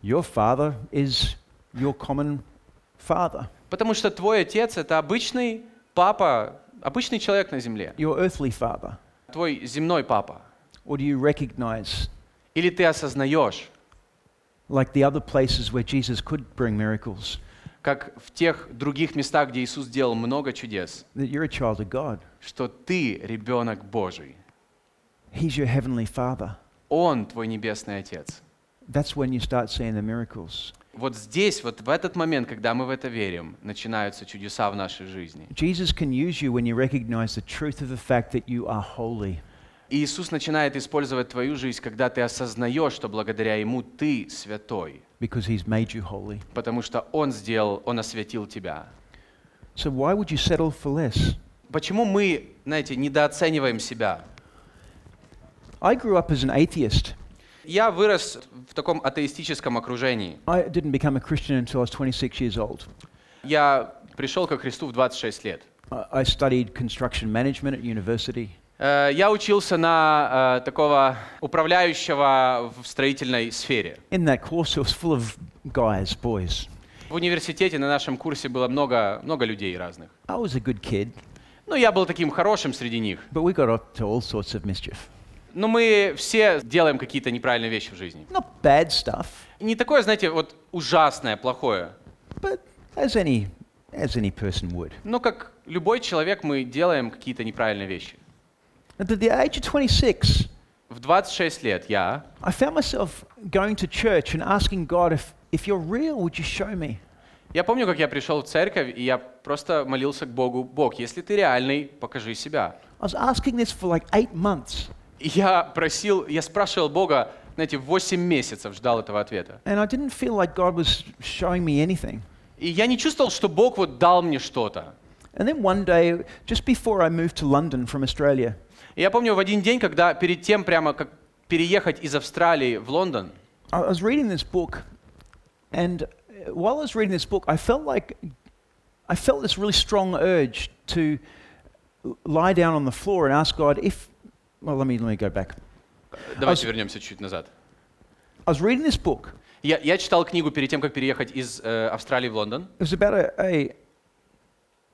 [SPEAKER 1] your father is your common father,
[SPEAKER 2] Потому что твой отец — это обычный папа, обычный человек на земле.
[SPEAKER 1] your earthly father.
[SPEAKER 2] Твой земной папа.
[SPEAKER 1] Or do you recognize,
[SPEAKER 2] Или ты осознаешь,
[SPEAKER 1] like the other places where Jesus could bring miracles,
[SPEAKER 2] как в тех других местах, где Иисус делал много чудес,
[SPEAKER 1] that you're a child of God?
[SPEAKER 2] что ты ребенок Божий.
[SPEAKER 1] He's your heavenly father.
[SPEAKER 2] Он твой небесный отец.
[SPEAKER 1] That's when you start seeing the miracles.
[SPEAKER 2] Вот здесь, вот в этот момент, когда мы в это верим, начинаются чудеса в нашей жизни.
[SPEAKER 1] Jesus can use you when you recognize the truth of the fact that you are holy.
[SPEAKER 2] И Иисус начинает использовать твою жизнь, когда ты осознаешь, что благодаря Ему ты святой,
[SPEAKER 1] because he's made you holy.
[SPEAKER 2] потому что Он сделал, Он осветил тебя.
[SPEAKER 1] So why would you settle for less?
[SPEAKER 2] Почему мы, знаете, недооцениваем себя?
[SPEAKER 1] I grew up as an atheist.
[SPEAKER 2] Я вырос в таком атеистическом окружении.
[SPEAKER 1] I didn't become a Christian until I was 26 years old.
[SPEAKER 2] Я пришел ко Христу в 26 лет.
[SPEAKER 1] I I studied construction management at university.
[SPEAKER 2] Э, Я учился на э, такого управляющего в строительной сфере.
[SPEAKER 1] In that course, it was full of guys, boys.
[SPEAKER 2] В университете на нашем курсе было много, много людей разных.
[SPEAKER 1] I was a good kid,
[SPEAKER 2] Ну, я был таким хорошим среди них.
[SPEAKER 1] but we got up to all sorts of mischief.
[SPEAKER 2] Но мы все делаем какие-то неправильные вещи в жизни.
[SPEAKER 1] Not bad stuff,
[SPEAKER 2] Не такое, знаете, вот ужасное, плохое.
[SPEAKER 1] but as any, as any person would.
[SPEAKER 2] Но Ну, как любой человек мы делаем какие-то неправильные вещи.
[SPEAKER 1] At the age of 26,
[SPEAKER 2] В 26 лет я
[SPEAKER 1] I found myself going to church and asking God, if, if you're real, would you show me?
[SPEAKER 2] Я помню, как я пришел в церковь, и я просто молился к Богу, Бог, если ты реальный, покажи себя.
[SPEAKER 1] I was asking this for like eight months,
[SPEAKER 2] И я просил, я спрашивал Бога, знаете, 8 месяцев ждал этого ответа.
[SPEAKER 1] and I didn't feel like God was showing me anything.
[SPEAKER 2] И я не чувствовал, что Бог вот дал мне что-то.
[SPEAKER 1] And then one day, just before I moved to London from Australia,
[SPEAKER 2] И я помню в один день, когда перед тем прямо как переехать из Австралии в Лондон,
[SPEAKER 1] I was reading this book, and uh, while I was reading this book, I felt like I felt this really strong urge to l- lie down on the floor and ask God if. Well, let me let me go back.
[SPEAKER 2] давайте вернемся чуть назад.
[SPEAKER 1] I was reading this book.
[SPEAKER 2] Я, я читал книгу перед тем, как переехать из э, Австралии в Лондон.
[SPEAKER 1] It was about a a,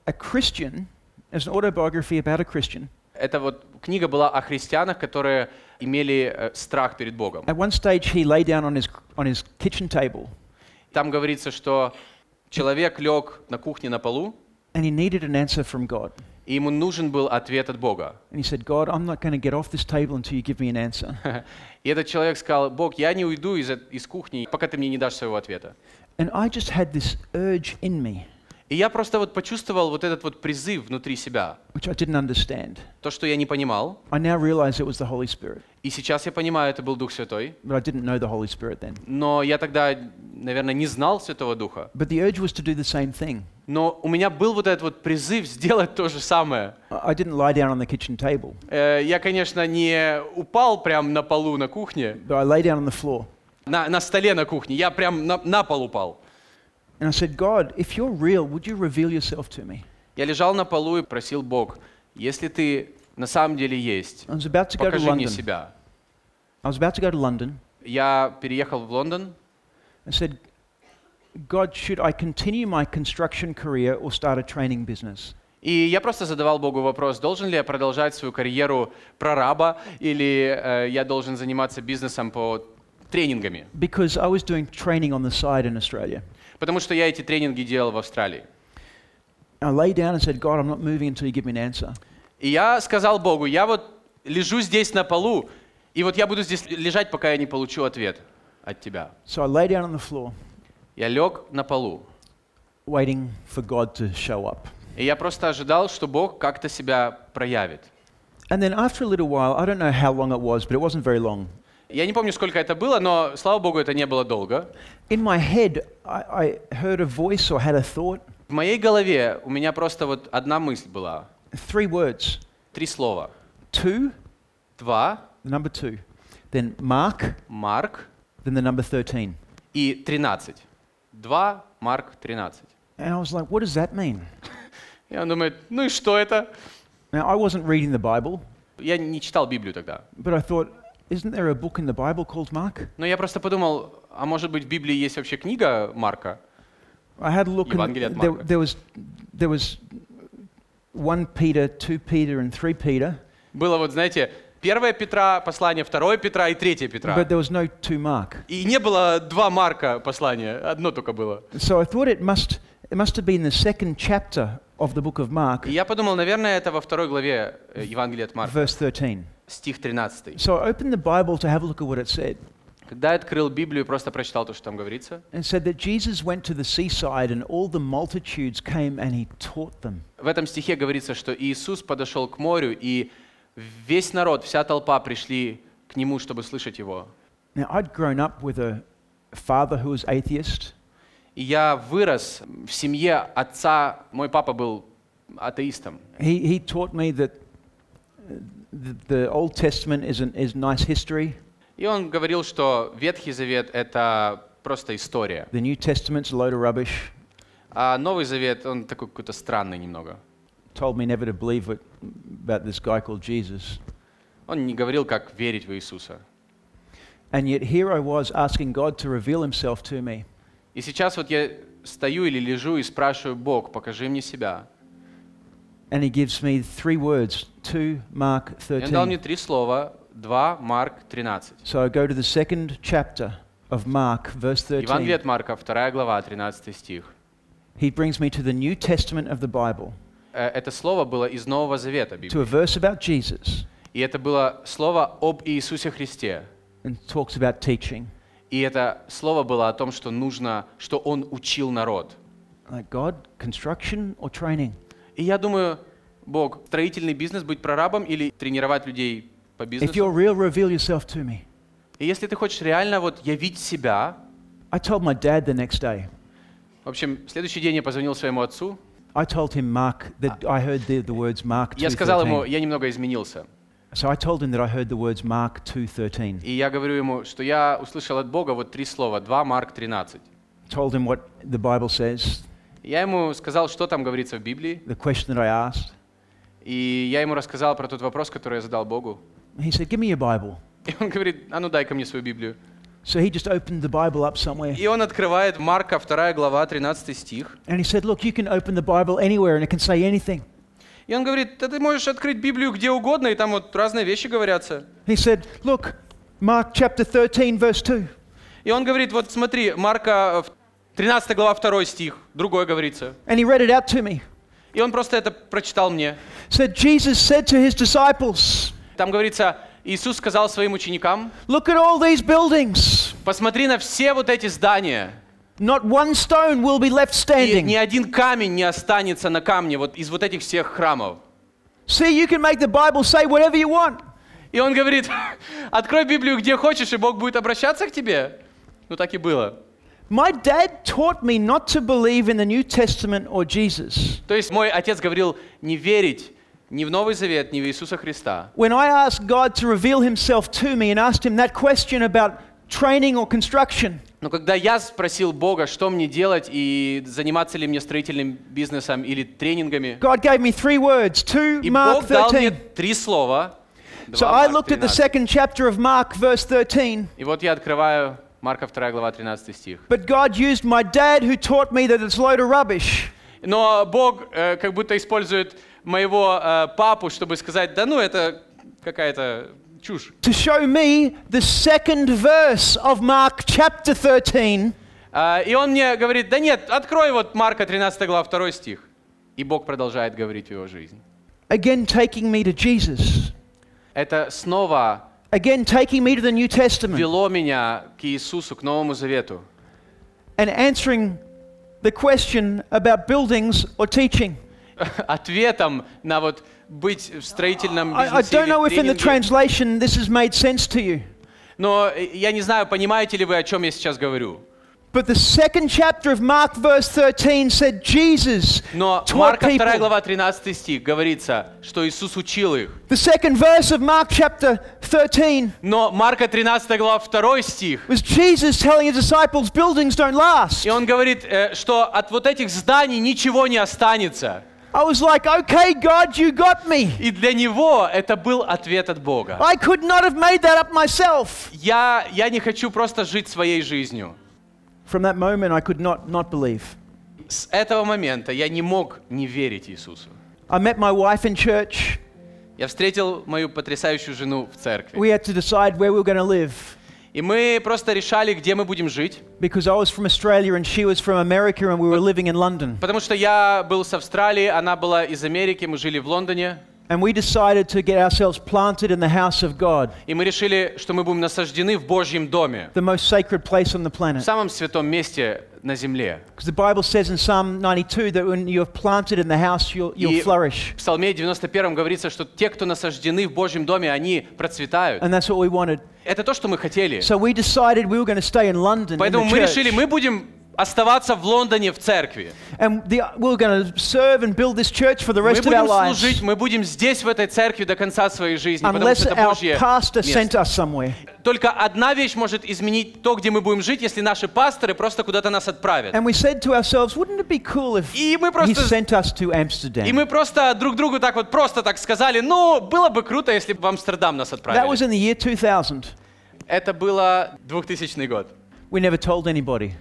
[SPEAKER 1] a Christian. It was an autobiography about a Christian.
[SPEAKER 2] Это вот книга была о христианах, которые имели э, страх перед Богом.
[SPEAKER 1] At one stage, he lay down on his on his kitchen table
[SPEAKER 2] Там говорится, что человек лег на кухне на полу,
[SPEAKER 1] and he needed an answer from God.
[SPEAKER 2] и ему нужен был ответ от Бога.
[SPEAKER 1] And he said, God, I'm not going to get off this table until you give me an answer.
[SPEAKER 2] И этот человек сказал, Бог, я не уйду из, эт- из кухни, пока ты мне не дашь своего ответа.
[SPEAKER 1] and I just had this urge in me,
[SPEAKER 2] И я просто вот почувствовал вот этот вот призыв внутри себя,
[SPEAKER 1] which I didn't understand.
[SPEAKER 2] то, что я не понимал,
[SPEAKER 1] I now realize it was the Holy Spirit,
[SPEAKER 2] и сейчас я понимаю, это был Дух Святой,
[SPEAKER 1] but I didn't know the Holy Spirit then.
[SPEAKER 2] но я тогда, наверное, не знал Святого Духа,
[SPEAKER 1] But the urge was to do the same thing.
[SPEAKER 2] но у меня был вот этот вот призыв сделать то же самое.
[SPEAKER 1] I I didn't lie down on the kitchen table,
[SPEAKER 2] Э, Я, конечно, не упал прям на полу на кухне,
[SPEAKER 1] but I lay down on the floor.
[SPEAKER 2] на, на столе на кухне, я прям на, на пол упал.
[SPEAKER 1] And I said, God, if you're real, would you reveal yourself to me?
[SPEAKER 2] Я лежал на полу и просил Бог, если ты на самом деле есть,
[SPEAKER 1] I was about to go to
[SPEAKER 2] покажи мне
[SPEAKER 1] London.
[SPEAKER 2] себя.
[SPEAKER 1] I was about to go to London.
[SPEAKER 2] Я переехал в Лондон.
[SPEAKER 1] I said, God, should I continue my construction career or start a training business?
[SPEAKER 2] И я просто задавал Богу вопрос, должен ли я продолжать свою карьеру прораба, или э, я должен заниматься бизнесом по тренингами.
[SPEAKER 1] Because I was doing training on the side in Australia.
[SPEAKER 2] Потому что я эти тренинги делал в Австралии.
[SPEAKER 1] I lay down and said, God, I'm not moving until you give me an answer.
[SPEAKER 2] И я сказал Богу, я вот лежу здесь на полу, и вот я буду здесь лежать, пока я не получу ответ от тебя.
[SPEAKER 1] So I lay down on the floor,
[SPEAKER 2] Я лег на полу,
[SPEAKER 1] waiting for God to show up.
[SPEAKER 2] и я просто ожидал, что Бог как-то себя проявит.
[SPEAKER 1] And then after a little while, I don't know how long it was, but it wasn't very long.
[SPEAKER 2] Я не помню, сколько это было, но, слава Богу, это не было долго.
[SPEAKER 1] In my head, I, I heard a voice or had a thought,
[SPEAKER 2] В моей голове у меня просто вот одна мысль была,
[SPEAKER 1] three words
[SPEAKER 2] три слова.
[SPEAKER 1] two,
[SPEAKER 2] Два,
[SPEAKER 1] the number two, then Mark,
[SPEAKER 2] Марк
[SPEAKER 1] then the number 13.
[SPEAKER 2] и 13. Два, Марк, 13.
[SPEAKER 1] And I was like, what does that mean?
[SPEAKER 2] И он думает, ну и что это?
[SPEAKER 1] Now, I wasn't reading the Bible,
[SPEAKER 2] Я не читал Библию тогда.
[SPEAKER 1] but I thought, isn't there a book in the Bible called Mark?
[SPEAKER 2] Но я просто подумал, а может быть в Библии есть вообще книга Марка?
[SPEAKER 1] I had a look, and
[SPEAKER 2] Evangelia at
[SPEAKER 1] there,
[SPEAKER 2] Mark.
[SPEAKER 1] there was there was one Peter, two Peter, and three Peter,
[SPEAKER 2] Было вот, знаете, 1 Петра послание, 2 Петра и 3 Петра.
[SPEAKER 1] but there was no two Mark.
[SPEAKER 2] И не было два Марка послания, одно только было.
[SPEAKER 1] So I thought it must it must have been the second chapter of the book of Mark,
[SPEAKER 2] И я подумал, наверное, это во второй главе э, Евангелия от Марка,
[SPEAKER 1] verse thirteen.
[SPEAKER 2] стих 13.
[SPEAKER 1] So I opened the Bible to have a look at what it said.
[SPEAKER 2] Когда я открыл Библию и просто прочитал то, что там говорится,
[SPEAKER 1] And it said that Jesus went to the seaside, and all the multitudes came, and he taught them.
[SPEAKER 2] в этом стихе говорится, что Иисус подошел к морю, и весь народ, вся толпа пришли к Нему, чтобы слышать Его.
[SPEAKER 1] Now I'd grown up with a father who was atheist,
[SPEAKER 2] И я вырос в семье отца, мой папа был атеистом,
[SPEAKER 1] He, he taught me that uh, the, the Old Testament is, an, is nice history,
[SPEAKER 2] И он говорил, что Ветхий Завет — это просто история,
[SPEAKER 1] the New Testament's a load of rubbish.
[SPEAKER 2] а Новый Завет, он такой какой-то странный немного.
[SPEAKER 1] Told me never to believe what, about this guy called Jesus.
[SPEAKER 2] Он не говорил, как верить в Иисуса.
[SPEAKER 1] And yet here I was asking God to reveal himself to me.
[SPEAKER 2] И сейчас вот я стою или лежу и спрашиваю, Бог, покажи мне себя.
[SPEAKER 1] And he gives me three words 2 Mark
[SPEAKER 2] И он дал мне
[SPEAKER 1] 13.
[SPEAKER 2] три слова, 2 Марк 13.
[SPEAKER 1] So I go to the second chapter of Mark, verse
[SPEAKER 2] Евангелие
[SPEAKER 1] 13.
[SPEAKER 2] от Марка, 2 глава, 13 стих.
[SPEAKER 1] He brings me to the New Testament of the Bible,
[SPEAKER 2] Э, Это слово было из Нового Завета Библии.
[SPEAKER 1] to a verse about Jesus,
[SPEAKER 2] И это было слово об Иисусе Христе.
[SPEAKER 1] and talks about teaching.
[SPEAKER 2] И это слово было о том, что нужно, что Он учил народ.
[SPEAKER 1] Like, God, construction or training?
[SPEAKER 2] И я думаю, Бог, строительный бизнес, быть прорабом или тренировать людей по
[SPEAKER 1] If
[SPEAKER 2] бизнесу.
[SPEAKER 1] you're real, reveal yourself to me.
[SPEAKER 2] И если ты хочешь реально вот явить себя,
[SPEAKER 1] I told my dad the next day.
[SPEAKER 2] в общем, следующий день я позвонил своему отцу,
[SPEAKER 1] I told him Mark that I heard the, the words Mark
[SPEAKER 2] я сказал ему,
[SPEAKER 1] 2:13.
[SPEAKER 2] я немного изменился.
[SPEAKER 1] So I told him that I heard the words Mark 2:13.
[SPEAKER 2] И я говорю ему, что я услышал от Бога вот три слова, 2 Марк 13.
[SPEAKER 1] Told him what the Bible says,
[SPEAKER 2] Я ему сказал, что там говорится в Библии,
[SPEAKER 1] the question that I asked.
[SPEAKER 2] и я ему рассказал про тот вопрос, который я задал Богу.
[SPEAKER 1] He said, "Give me your Bible."
[SPEAKER 2] И он говорит, а ну дай-ка мне свою Библию.
[SPEAKER 1] So he just opened the Bible up somewhere.
[SPEAKER 2] И он открывает Марка 2 глава 13 стих.
[SPEAKER 1] And he said, "Look, you can open the Bible anywhere and it can say anything."
[SPEAKER 2] И он говорит, да ты можешь открыть Библию где угодно, и там вот разные вещи говорятся.
[SPEAKER 1] He said, "Look, Mark chapter 13 verse 2."
[SPEAKER 2] И он говорит, вот смотри, Марка э, в- 13 глава 2 стих, другое говорится.
[SPEAKER 1] And he read it out to me.
[SPEAKER 2] И он просто это прочитал мне.
[SPEAKER 1] Said Jesus said to his disciples,
[SPEAKER 2] Там говорится, Иисус сказал своим ученикам,
[SPEAKER 1] "Look at all these buildings.
[SPEAKER 2] посмотри на все вот эти здания.
[SPEAKER 1] Not one stone will be left
[SPEAKER 2] И
[SPEAKER 1] standing."
[SPEAKER 2] ни один камень не останется на камне вот из вот этих всех храмов.
[SPEAKER 1] See, you can make the Bible say whatever you want.
[SPEAKER 2] И он говорит, открой Библию где хочешь, и Бог будет обращаться к тебе. Ну так и было.
[SPEAKER 1] My dad taught me not to believe in the New Testament or Jesus.
[SPEAKER 2] То есть мой отец говорил не верить ни в Новый Завет, ни в Иисуса Христа.
[SPEAKER 1] When I asked God to reveal himself to me and asked him that question about training or construction,
[SPEAKER 2] Но когда я спросил Бога, что мне делать и заниматься ли мне строительным бизнесом или тренингами,
[SPEAKER 1] God gave me three words, 2
[SPEAKER 2] и
[SPEAKER 1] Mark
[SPEAKER 2] Бог дал мне
[SPEAKER 1] 13.
[SPEAKER 2] три слова.
[SPEAKER 1] So
[SPEAKER 2] 2
[SPEAKER 1] I
[SPEAKER 2] Марк
[SPEAKER 1] looked at the
[SPEAKER 2] 13.
[SPEAKER 1] second chapter of Mark, verse 13.
[SPEAKER 2] И вот я открываю Марка 2 глава 13 стих.
[SPEAKER 1] But God used my dad who taught me that it's a load of rubbish.
[SPEAKER 2] Но Бог э, как будто использует моего э, папу, чтобы сказать, да ну это какая-то чушь.
[SPEAKER 1] To show me the second verse of Mark chapter 13,
[SPEAKER 2] А, и он мне говорит, да нет, открой вот Марка 13 глава 2 стих. И Бог продолжает говорить в его жизнь.
[SPEAKER 1] again taking me to Jesus,
[SPEAKER 2] Это снова
[SPEAKER 1] again taking me to the New Testament,
[SPEAKER 2] вело меня к Иисусу, к Новому Завету.
[SPEAKER 1] and answering the question about buildings or teaching.
[SPEAKER 2] Ответом на вот быть в строительном
[SPEAKER 1] I, I
[SPEAKER 2] бизнесе
[SPEAKER 1] don't
[SPEAKER 2] или
[SPEAKER 1] know if in the
[SPEAKER 2] тренинге.
[SPEAKER 1] translation this has made sense to you,
[SPEAKER 2] Но э, я не знаю, понимаете ли вы, о чем я сейчас говорю.
[SPEAKER 1] but the second chapter of Mark, verse 13, said Jesus
[SPEAKER 2] Но
[SPEAKER 1] taught
[SPEAKER 2] Марка 2
[SPEAKER 1] people.
[SPEAKER 2] глава 13 стих говорится, что Иисус учил их.
[SPEAKER 1] The second verse of Mark chapter 13
[SPEAKER 2] Но Марка 13 глава 2 стих,
[SPEAKER 1] was Jesus telling his disciples buildings don't last.
[SPEAKER 2] и он говорит, э, что от вот этих зданий ничего не останется.
[SPEAKER 1] I was like, okay, God, you got me.
[SPEAKER 2] И для него это был ответ от Бога.
[SPEAKER 1] I could not have made that up myself.
[SPEAKER 2] Я, я не хочу просто жить своей жизнью.
[SPEAKER 1] From that moment, I could not not believe.
[SPEAKER 2] С этого момента я не мог не верить Иисусу.
[SPEAKER 1] I met my wife in church.
[SPEAKER 2] Я встретил мою потрясающую жену в церкви.
[SPEAKER 1] We had to decide where we were going to live
[SPEAKER 2] И мы просто решали, где мы будем жить.
[SPEAKER 1] because I was from Australia and she was from America and we were living in London.
[SPEAKER 2] Потому что я был с Австралии, она была из Америки, мы жили в Лондоне.
[SPEAKER 1] And we decided to get ourselves planted in the house of God,
[SPEAKER 2] И мы решили, что мы будем насаждены в Божьем доме,
[SPEAKER 1] the most sacred place on the
[SPEAKER 2] в
[SPEAKER 1] planet.
[SPEAKER 2] самом святом месте на земле.
[SPEAKER 1] Because the Bible says in Psalm 92 that when you're planted in the house, you'll, you'll
[SPEAKER 2] И-
[SPEAKER 1] flourish.
[SPEAKER 2] В Псалме 91 говорится, что те, кто насаждены в Божьем доме, они процветают.
[SPEAKER 1] And that's what we wanted.
[SPEAKER 2] Это то, что мы хотели.
[SPEAKER 1] So we decided we were going to stay in London. in
[SPEAKER 2] Поэтому
[SPEAKER 1] the
[SPEAKER 2] мы
[SPEAKER 1] church.
[SPEAKER 2] решили, мы будем оставаться в Лондоне в церкви.
[SPEAKER 1] And the, we were going to serve and build this church for the
[SPEAKER 2] Мы
[SPEAKER 1] rest of our
[SPEAKER 2] будем
[SPEAKER 1] lives.
[SPEAKER 2] служить, мы будем здесь, в этой церкви до конца своей жизни, потому
[SPEAKER 1] Unless
[SPEAKER 2] что это
[SPEAKER 1] our
[SPEAKER 2] Божье
[SPEAKER 1] pastor sent
[SPEAKER 2] место.
[SPEAKER 1] us somewhere.
[SPEAKER 2] Только одна вещь может изменить то, где мы будем жить, если наши пасторы просто куда-то нас отправят.
[SPEAKER 1] And we said to ourselves, wouldn't it be cool if
[SPEAKER 2] И мы
[SPEAKER 1] he
[SPEAKER 2] просто
[SPEAKER 1] sent us to
[SPEAKER 2] И
[SPEAKER 1] Amsterdam?
[SPEAKER 2] мы просто друг другу так вот просто так сказали, ну, было бы круто, если бы в Амстердам нас
[SPEAKER 1] That was
[SPEAKER 2] отправили.
[SPEAKER 1] in the year 2000.
[SPEAKER 2] Это было 2000 год.
[SPEAKER 1] We never told anybody.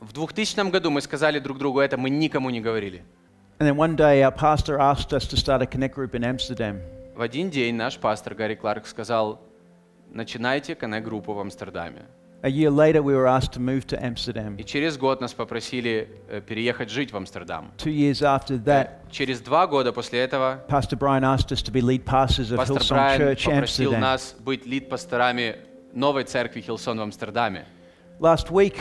[SPEAKER 2] В 2000 году мы сказали друг другу это, мы никому не говорили.
[SPEAKER 1] And then one day our pastor asked us to start a connect group in Amsterdam.
[SPEAKER 2] В один день наш пастор Гарри Кларк сказал, начинайте коннект-группу в Амстердаме.
[SPEAKER 1] A year later, we were asked to move to Amsterdam.
[SPEAKER 2] И через год нас попросили э, переехать жить в Амстердам.
[SPEAKER 1] Two years after that,
[SPEAKER 2] Через два года после этого
[SPEAKER 1] Pastor Brian asked us to be lead pastors of
[SPEAKER 2] пастор
[SPEAKER 1] Hillsong
[SPEAKER 2] Брайан
[SPEAKER 1] Church
[SPEAKER 2] попросил
[SPEAKER 1] Amsterdam.
[SPEAKER 2] нас быть лид-пасторами новой церкви Хилсон в Амстердаме.
[SPEAKER 1] Last week,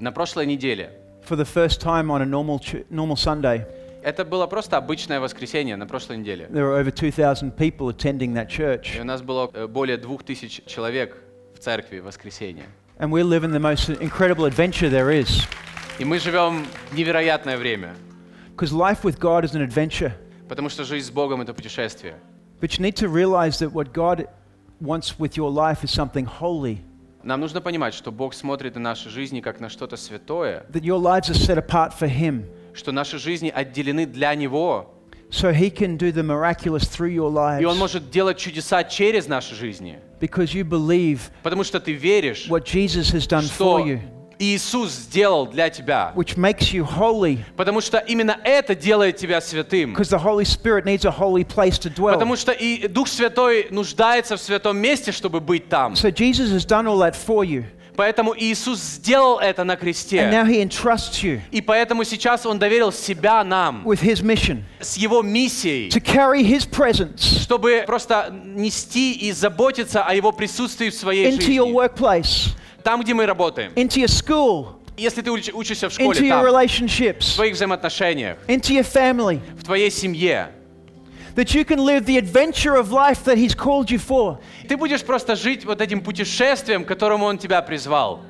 [SPEAKER 2] На прошлой неделе
[SPEAKER 1] for the first time on a normal, ch- normal Sunday,
[SPEAKER 2] Это было просто обычное воскресенье на прошлой неделе.
[SPEAKER 1] there were over 2,000 people attending that church.
[SPEAKER 2] И у нас было э, более двух тысяч человек в церкви в воскресенье.
[SPEAKER 1] And we're living the most incredible adventure there is.
[SPEAKER 2] И мы живем в невероятное время,
[SPEAKER 1] Because life with God is an adventure.
[SPEAKER 2] потому что жизнь с Богом — это путешествие.
[SPEAKER 1] But you need to realize that what God wants with your life is something holy,
[SPEAKER 2] Нам нужно понимать, что Бог смотрит на наши жизни как на что-то святое,
[SPEAKER 1] that your lives are set apart for Him.
[SPEAKER 2] что наши жизни отделены для Него,
[SPEAKER 1] So He can do the miraculous through your
[SPEAKER 2] и Он
[SPEAKER 1] lives
[SPEAKER 2] может делать чудеса через наши жизни,
[SPEAKER 1] because you believe
[SPEAKER 2] потому что ты веришь,
[SPEAKER 1] what Jesus has done
[SPEAKER 2] что
[SPEAKER 1] for you,
[SPEAKER 2] Иисус сделал для тебя,
[SPEAKER 1] which makes you holy
[SPEAKER 2] потому что именно это делает тебя святым.
[SPEAKER 1] because the Holy Spirit needs a holy place to
[SPEAKER 2] Потому
[SPEAKER 1] dwell.
[SPEAKER 2] что и Дух Святой нуждается в святом месте, чтобы быть там.
[SPEAKER 1] So Jesus has done all that for you,
[SPEAKER 2] Поэтому Иисус сделал это на
[SPEAKER 1] and
[SPEAKER 2] кресте.
[SPEAKER 1] now He entrusts you
[SPEAKER 2] И поэтому сейчас Он доверил себя нам
[SPEAKER 1] with His mission
[SPEAKER 2] с Его миссией,
[SPEAKER 1] to carry His presence
[SPEAKER 2] чтобы просто нести и заботиться о Его присутствии в своей
[SPEAKER 1] into your
[SPEAKER 2] жизни.
[SPEAKER 1] workplace,
[SPEAKER 2] Там, где мы работаем.
[SPEAKER 1] into your school,
[SPEAKER 2] Если ты уч- учишься в
[SPEAKER 1] into
[SPEAKER 2] школе,
[SPEAKER 1] your
[SPEAKER 2] там, в
[SPEAKER 1] relationships,
[SPEAKER 2] твоих взаимоотношениях,
[SPEAKER 1] into your family.
[SPEAKER 2] в твоей семье,
[SPEAKER 1] that you can live the adventure of life that He's called you for.
[SPEAKER 2] ты будешь просто жить вот этим путешествием, к которому Он тебя призвал.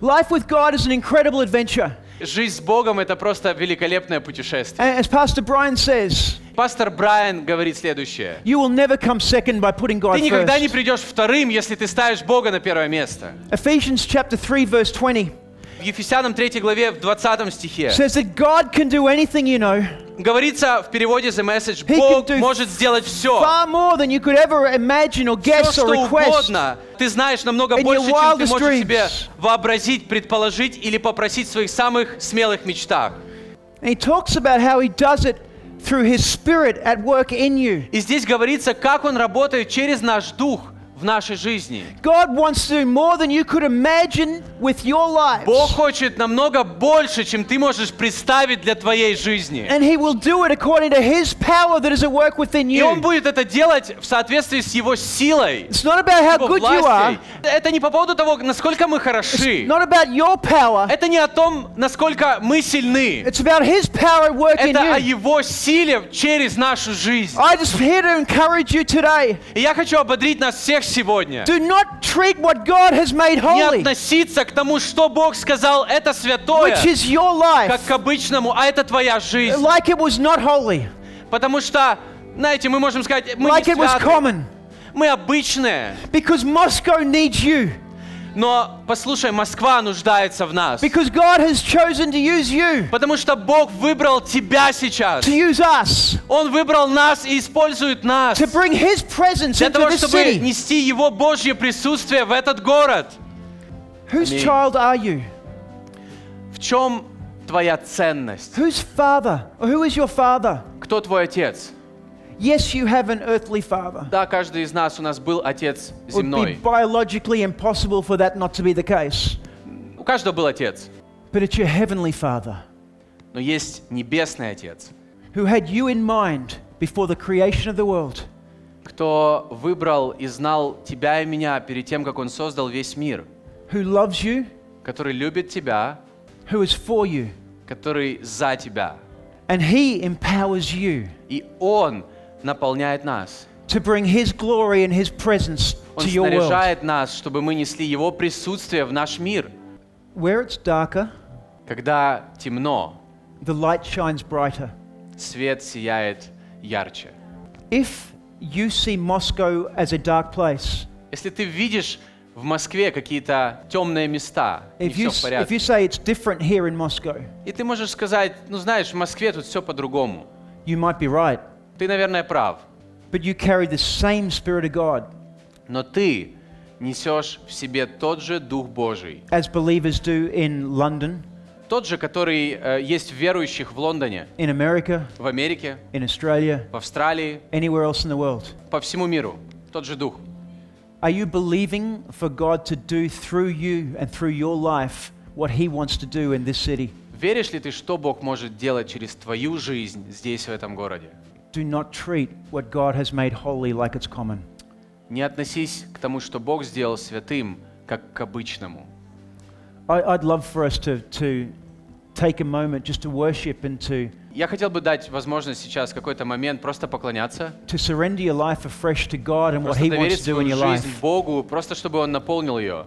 [SPEAKER 1] Life with God is an incredible adventure.
[SPEAKER 2] Жизнь с Богом — это просто великолепное путешествие.
[SPEAKER 1] And as Pastor Brian says,
[SPEAKER 2] Пастор Брайан говорит следующее.
[SPEAKER 1] you will never come second by putting God
[SPEAKER 2] Ты никогда не
[SPEAKER 1] first.
[SPEAKER 2] придешь вторым, если ты ставишь Бога на первое место.
[SPEAKER 1] Ephesians chapter 3 verse 20
[SPEAKER 2] В Ефесянам 3 главе, в 20 стихе,
[SPEAKER 1] says that God can do anything, you know,
[SPEAKER 2] говорится в переводе The Message,
[SPEAKER 1] can
[SPEAKER 2] Бог
[SPEAKER 1] do
[SPEAKER 2] может сделать все,
[SPEAKER 1] far more than you could ever imagine or
[SPEAKER 2] все,
[SPEAKER 1] guess
[SPEAKER 2] что
[SPEAKER 1] or request.
[SPEAKER 2] угодно. Ты знаешь намного
[SPEAKER 1] In your
[SPEAKER 2] больше, чем ты
[SPEAKER 1] wildest
[SPEAKER 2] можешь себе
[SPEAKER 1] dreams.
[SPEAKER 2] вообразить, предположить или попросить в своих самых смелых мечтах.
[SPEAKER 1] And he talks about how he does it through his spirit at work in you.
[SPEAKER 2] И здесь говорится, как Он работает через наш дух в нашей жизни.
[SPEAKER 1] God wants to do more than you could imagine with your lives.
[SPEAKER 2] Бог хочет намного больше, чем ты можешь представить для твоей жизни.
[SPEAKER 1] And he will do it according to his power that is at work within
[SPEAKER 2] И Он
[SPEAKER 1] you.
[SPEAKER 2] будет это делать в соответствии с Его силой.
[SPEAKER 1] It's not about how
[SPEAKER 2] его
[SPEAKER 1] good you
[SPEAKER 2] властью.
[SPEAKER 1] are.
[SPEAKER 2] Это не по поводу того, насколько мы хороши.
[SPEAKER 1] Not about your power.
[SPEAKER 2] Это не о том, насколько мы сильны.
[SPEAKER 1] It's about his power at work in
[SPEAKER 2] Это о
[SPEAKER 1] you.
[SPEAKER 2] Его силе через нашу жизнь.
[SPEAKER 1] I just here to encourage you today.
[SPEAKER 2] И я хочу ободрить нас всех сегодня.
[SPEAKER 1] Do not treat what God has made
[SPEAKER 2] Не
[SPEAKER 1] holy,
[SPEAKER 2] относиться к тому, что Бог сказал, это святое,
[SPEAKER 1] which is your life,
[SPEAKER 2] как к обычному, а это твоя жизнь.
[SPEAKER 1] like it was not holy,
[SPEAKER 2] Потому что, знаете, мы можем сказать, мы не
[SPEAKER 1] like it was
[SPEAKER 2] святы,
[SPEAKER 1] common.
[SPEAKER 2] мы обычные.
[SPEAKER 1] Because Moscow needs you.
[SPEAKER 2] Но, послушай, Москва нуждается в нас.
[SPEAKER 1] Because God has chosen to use you,
[SPEAKER 2] Потому что Бог выбрал тебя сейчас.
[SPEAKER 1] to use us,
[SPEAKER 2] Он выбрал нас и использует нас.
[SPEAKER 1] to bring his presence
[SPEAKER 2] для
[SPEAKER 1] into
[SPEAKER 2] того,
[SPEAKER 1] this
[SPEAKER 2] чтобы
[SPEAKER 1] city.
[SPEAKER 2] нести Его Божье присутствие в этот город.
[SPEAKER 1] Whose
[SPEAKER 2] Amen.
[SPEAKER 1] child are you?
[SPEAKER 2] В чем твоя ценность?
[SPEAKER 1] Whose father? Or who is your father?
[SPEAKER 2] Кто твой отец?
[SPEAKER 1] Yes, you have an earthly father.
[SPEAKER 2] Да, каждый из нас у нас был отец
[SPEAKER 1] It would be
[SPEAKER 2] земной.
[SPEAKER 1] biologically impossible for that not to be the case.
[SPEAKER 2] У каждого был отец,
[SPEAKER 1] But it's your heavenly father
[SPEAKER 2] но есть небесный отец,
[SPEAKER 1] who had you in mind before the creation of the world.
[SPEAKER 2] кто выбрал и знал тебя и меня перед тем, как он создал весь мир,
[SPEAKER 1] who loves you,
[SPEAKER 2] который любит тебя,
[SPEAKER 1] who is for you,
[SPEAKER 2] который за тебя.
[SPEAKER 1] and he empowers you
[SPEAKER 2] И он наполняет нас.
[SPEAKER 1] to bring his glory and his presence
[SPEAKER 2] Он
[SPEAKER 1] to your world.
[SPEAKER 2] снаряжает нас, чтобы мы несли его присутствие в наш мир.
[SPEAKER 1] Where it's darker,
[SPEAKER 2] Когда темно,
[SPEAKER 1] the light shines brighter.
[SPEAKER 2] свет сияет ярче.
[SPEAKER 1] If you see Moscow as a dark place,
[SPEAKER 2] Если ты видишь в Москве какие-то темные места, не
[SPEAKER 1] if you,
[SPEAKER 2] все в
[SPEAKER 1] s- if you
[SPEAKER 2] порядке,
[SPEAKER 1] say it's different here in Moscow,
[SPEAKER 2] и ты можешь сказать, ну знаешь, в Москве тут все по-другому.
[SPEAKER 1] you might be right,
[SPEAKER 2] Ты, наверное, прав,
[SPEAKER 1] but you carry the same Spirit of God
[SPEAKER 2] но ты несешь в себе тот же Дух Божий,
[SPEAKER 1] as believers do in London,
[SPEAKER 2] тот же, который э, есть в верующих в Лондоне,
[SPEAKER 1] in America,
[SPEAKER 2] в Америке,
[SPEAKER 1] in Australia,
[SPEAKER 2] в Австралии,
[SPEAKER 1] anywhere else in the world.
[SPEAKER 2] по всему миру, тот же Дух.
[SPEAKER 1] Are you believing for God to do through you and through your life what He wants to do in this city?
[SPEAKER 2] Веришь ли ты, что Бог может делать через твою жизнь здесь, в этом городе?
[SPEAKER 1] Do not treat what God has made holy like it's common.
[SPEAKER 2] Не относись к тому, что Бог сделал святым, как к обычному.
[SPEAKER 1] I, I'd love for us to, to take a moment just to worship and to,
[SPEAKER 2] Я хотел бы дать возможность сейчас какой-то момент просто поклоняться,
[SPEAKER 1] to surrender your life afresh to God and what
[SPEAKER 2] просто
[SPEAKER 1] He wants to
[SPEAKER 2] доверить
[SPEAKER 1] do in
[SPEAKER 2] свою
[SPEAKER 1] your
[SPEAKER 2] жизнь
[SPEAKER 1] life,
[SPEAKER 2] Богу, просто чтобы Он наполнил ее.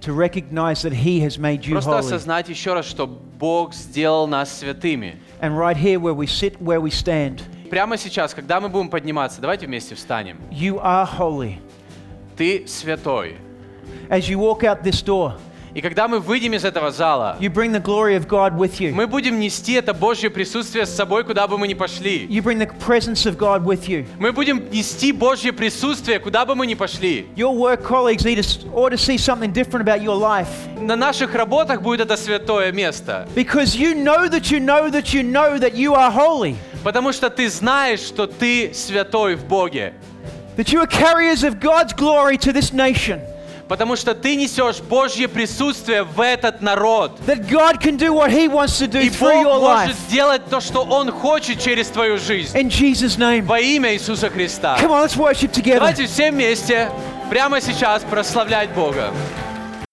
[SPEAKER 1] to recognize that He has made you
[SPEAKER 2] Просто
[SPEAKER 1] holy.
[SPEAKER 2] осознать еще раз, что Бог сделал нас святыми.
[SPEAKER 1] And right here, where we sit, where we stand,
[SPEAKER 2] Прямо сейчас, когда мы будем подниматься, давайте вместе встанем.
[SPEAKER 1] you are holy.
[SPEAKER 2] Ты святой.
[SPEAKER 1] As you walk out this door,
[SPEAKER 2] И когда мы выйдем из этого зала,
[SPEAKER 1] you bring the glory of God with you.
[SPEAKER 2] мы будем нести это Божье присутствие с собой, куда бы мы ни пошли.
[SPEAKER 1] You bring the presence of God with you.
[SPEAKER 2] Мы будем нести Божье присутствие, куда бы мы ни пошли.
[SPEAKER 1] Your work colleagues need to, ought to see something different about your life
[SPEAKER 2] На наших работах будет это святое место.
[SPEAKER 1] because you know that you know that you know that you are holy,
[SPEAKER 2] Потому что ты знаешь, что ты святой в Боге.
[SPEAKER 1] that you are carriers of God's glory to this nation,
[SPEAKER 2] Потому что ты несешь Божье присутствие в этот народ.
[SPEAKER 1] that God can do what He wants to do
[SPEAKER 2] И
[SPEAKER 1] through your
[SPEAKER 2] Бог может
[SPEAKER 1] life.
[SPEAKER 2] сделать то, что Он хочет через твою жизнь.
[SPEAKER 1] In Jesus' name.
[SPEAKER 2] Во имя Иисуса Христа.
[SPEAKER 1] Come on, let's worship together.
[SPEAKER 2] Давайте все вместе прямо сейчас прославлять Бога.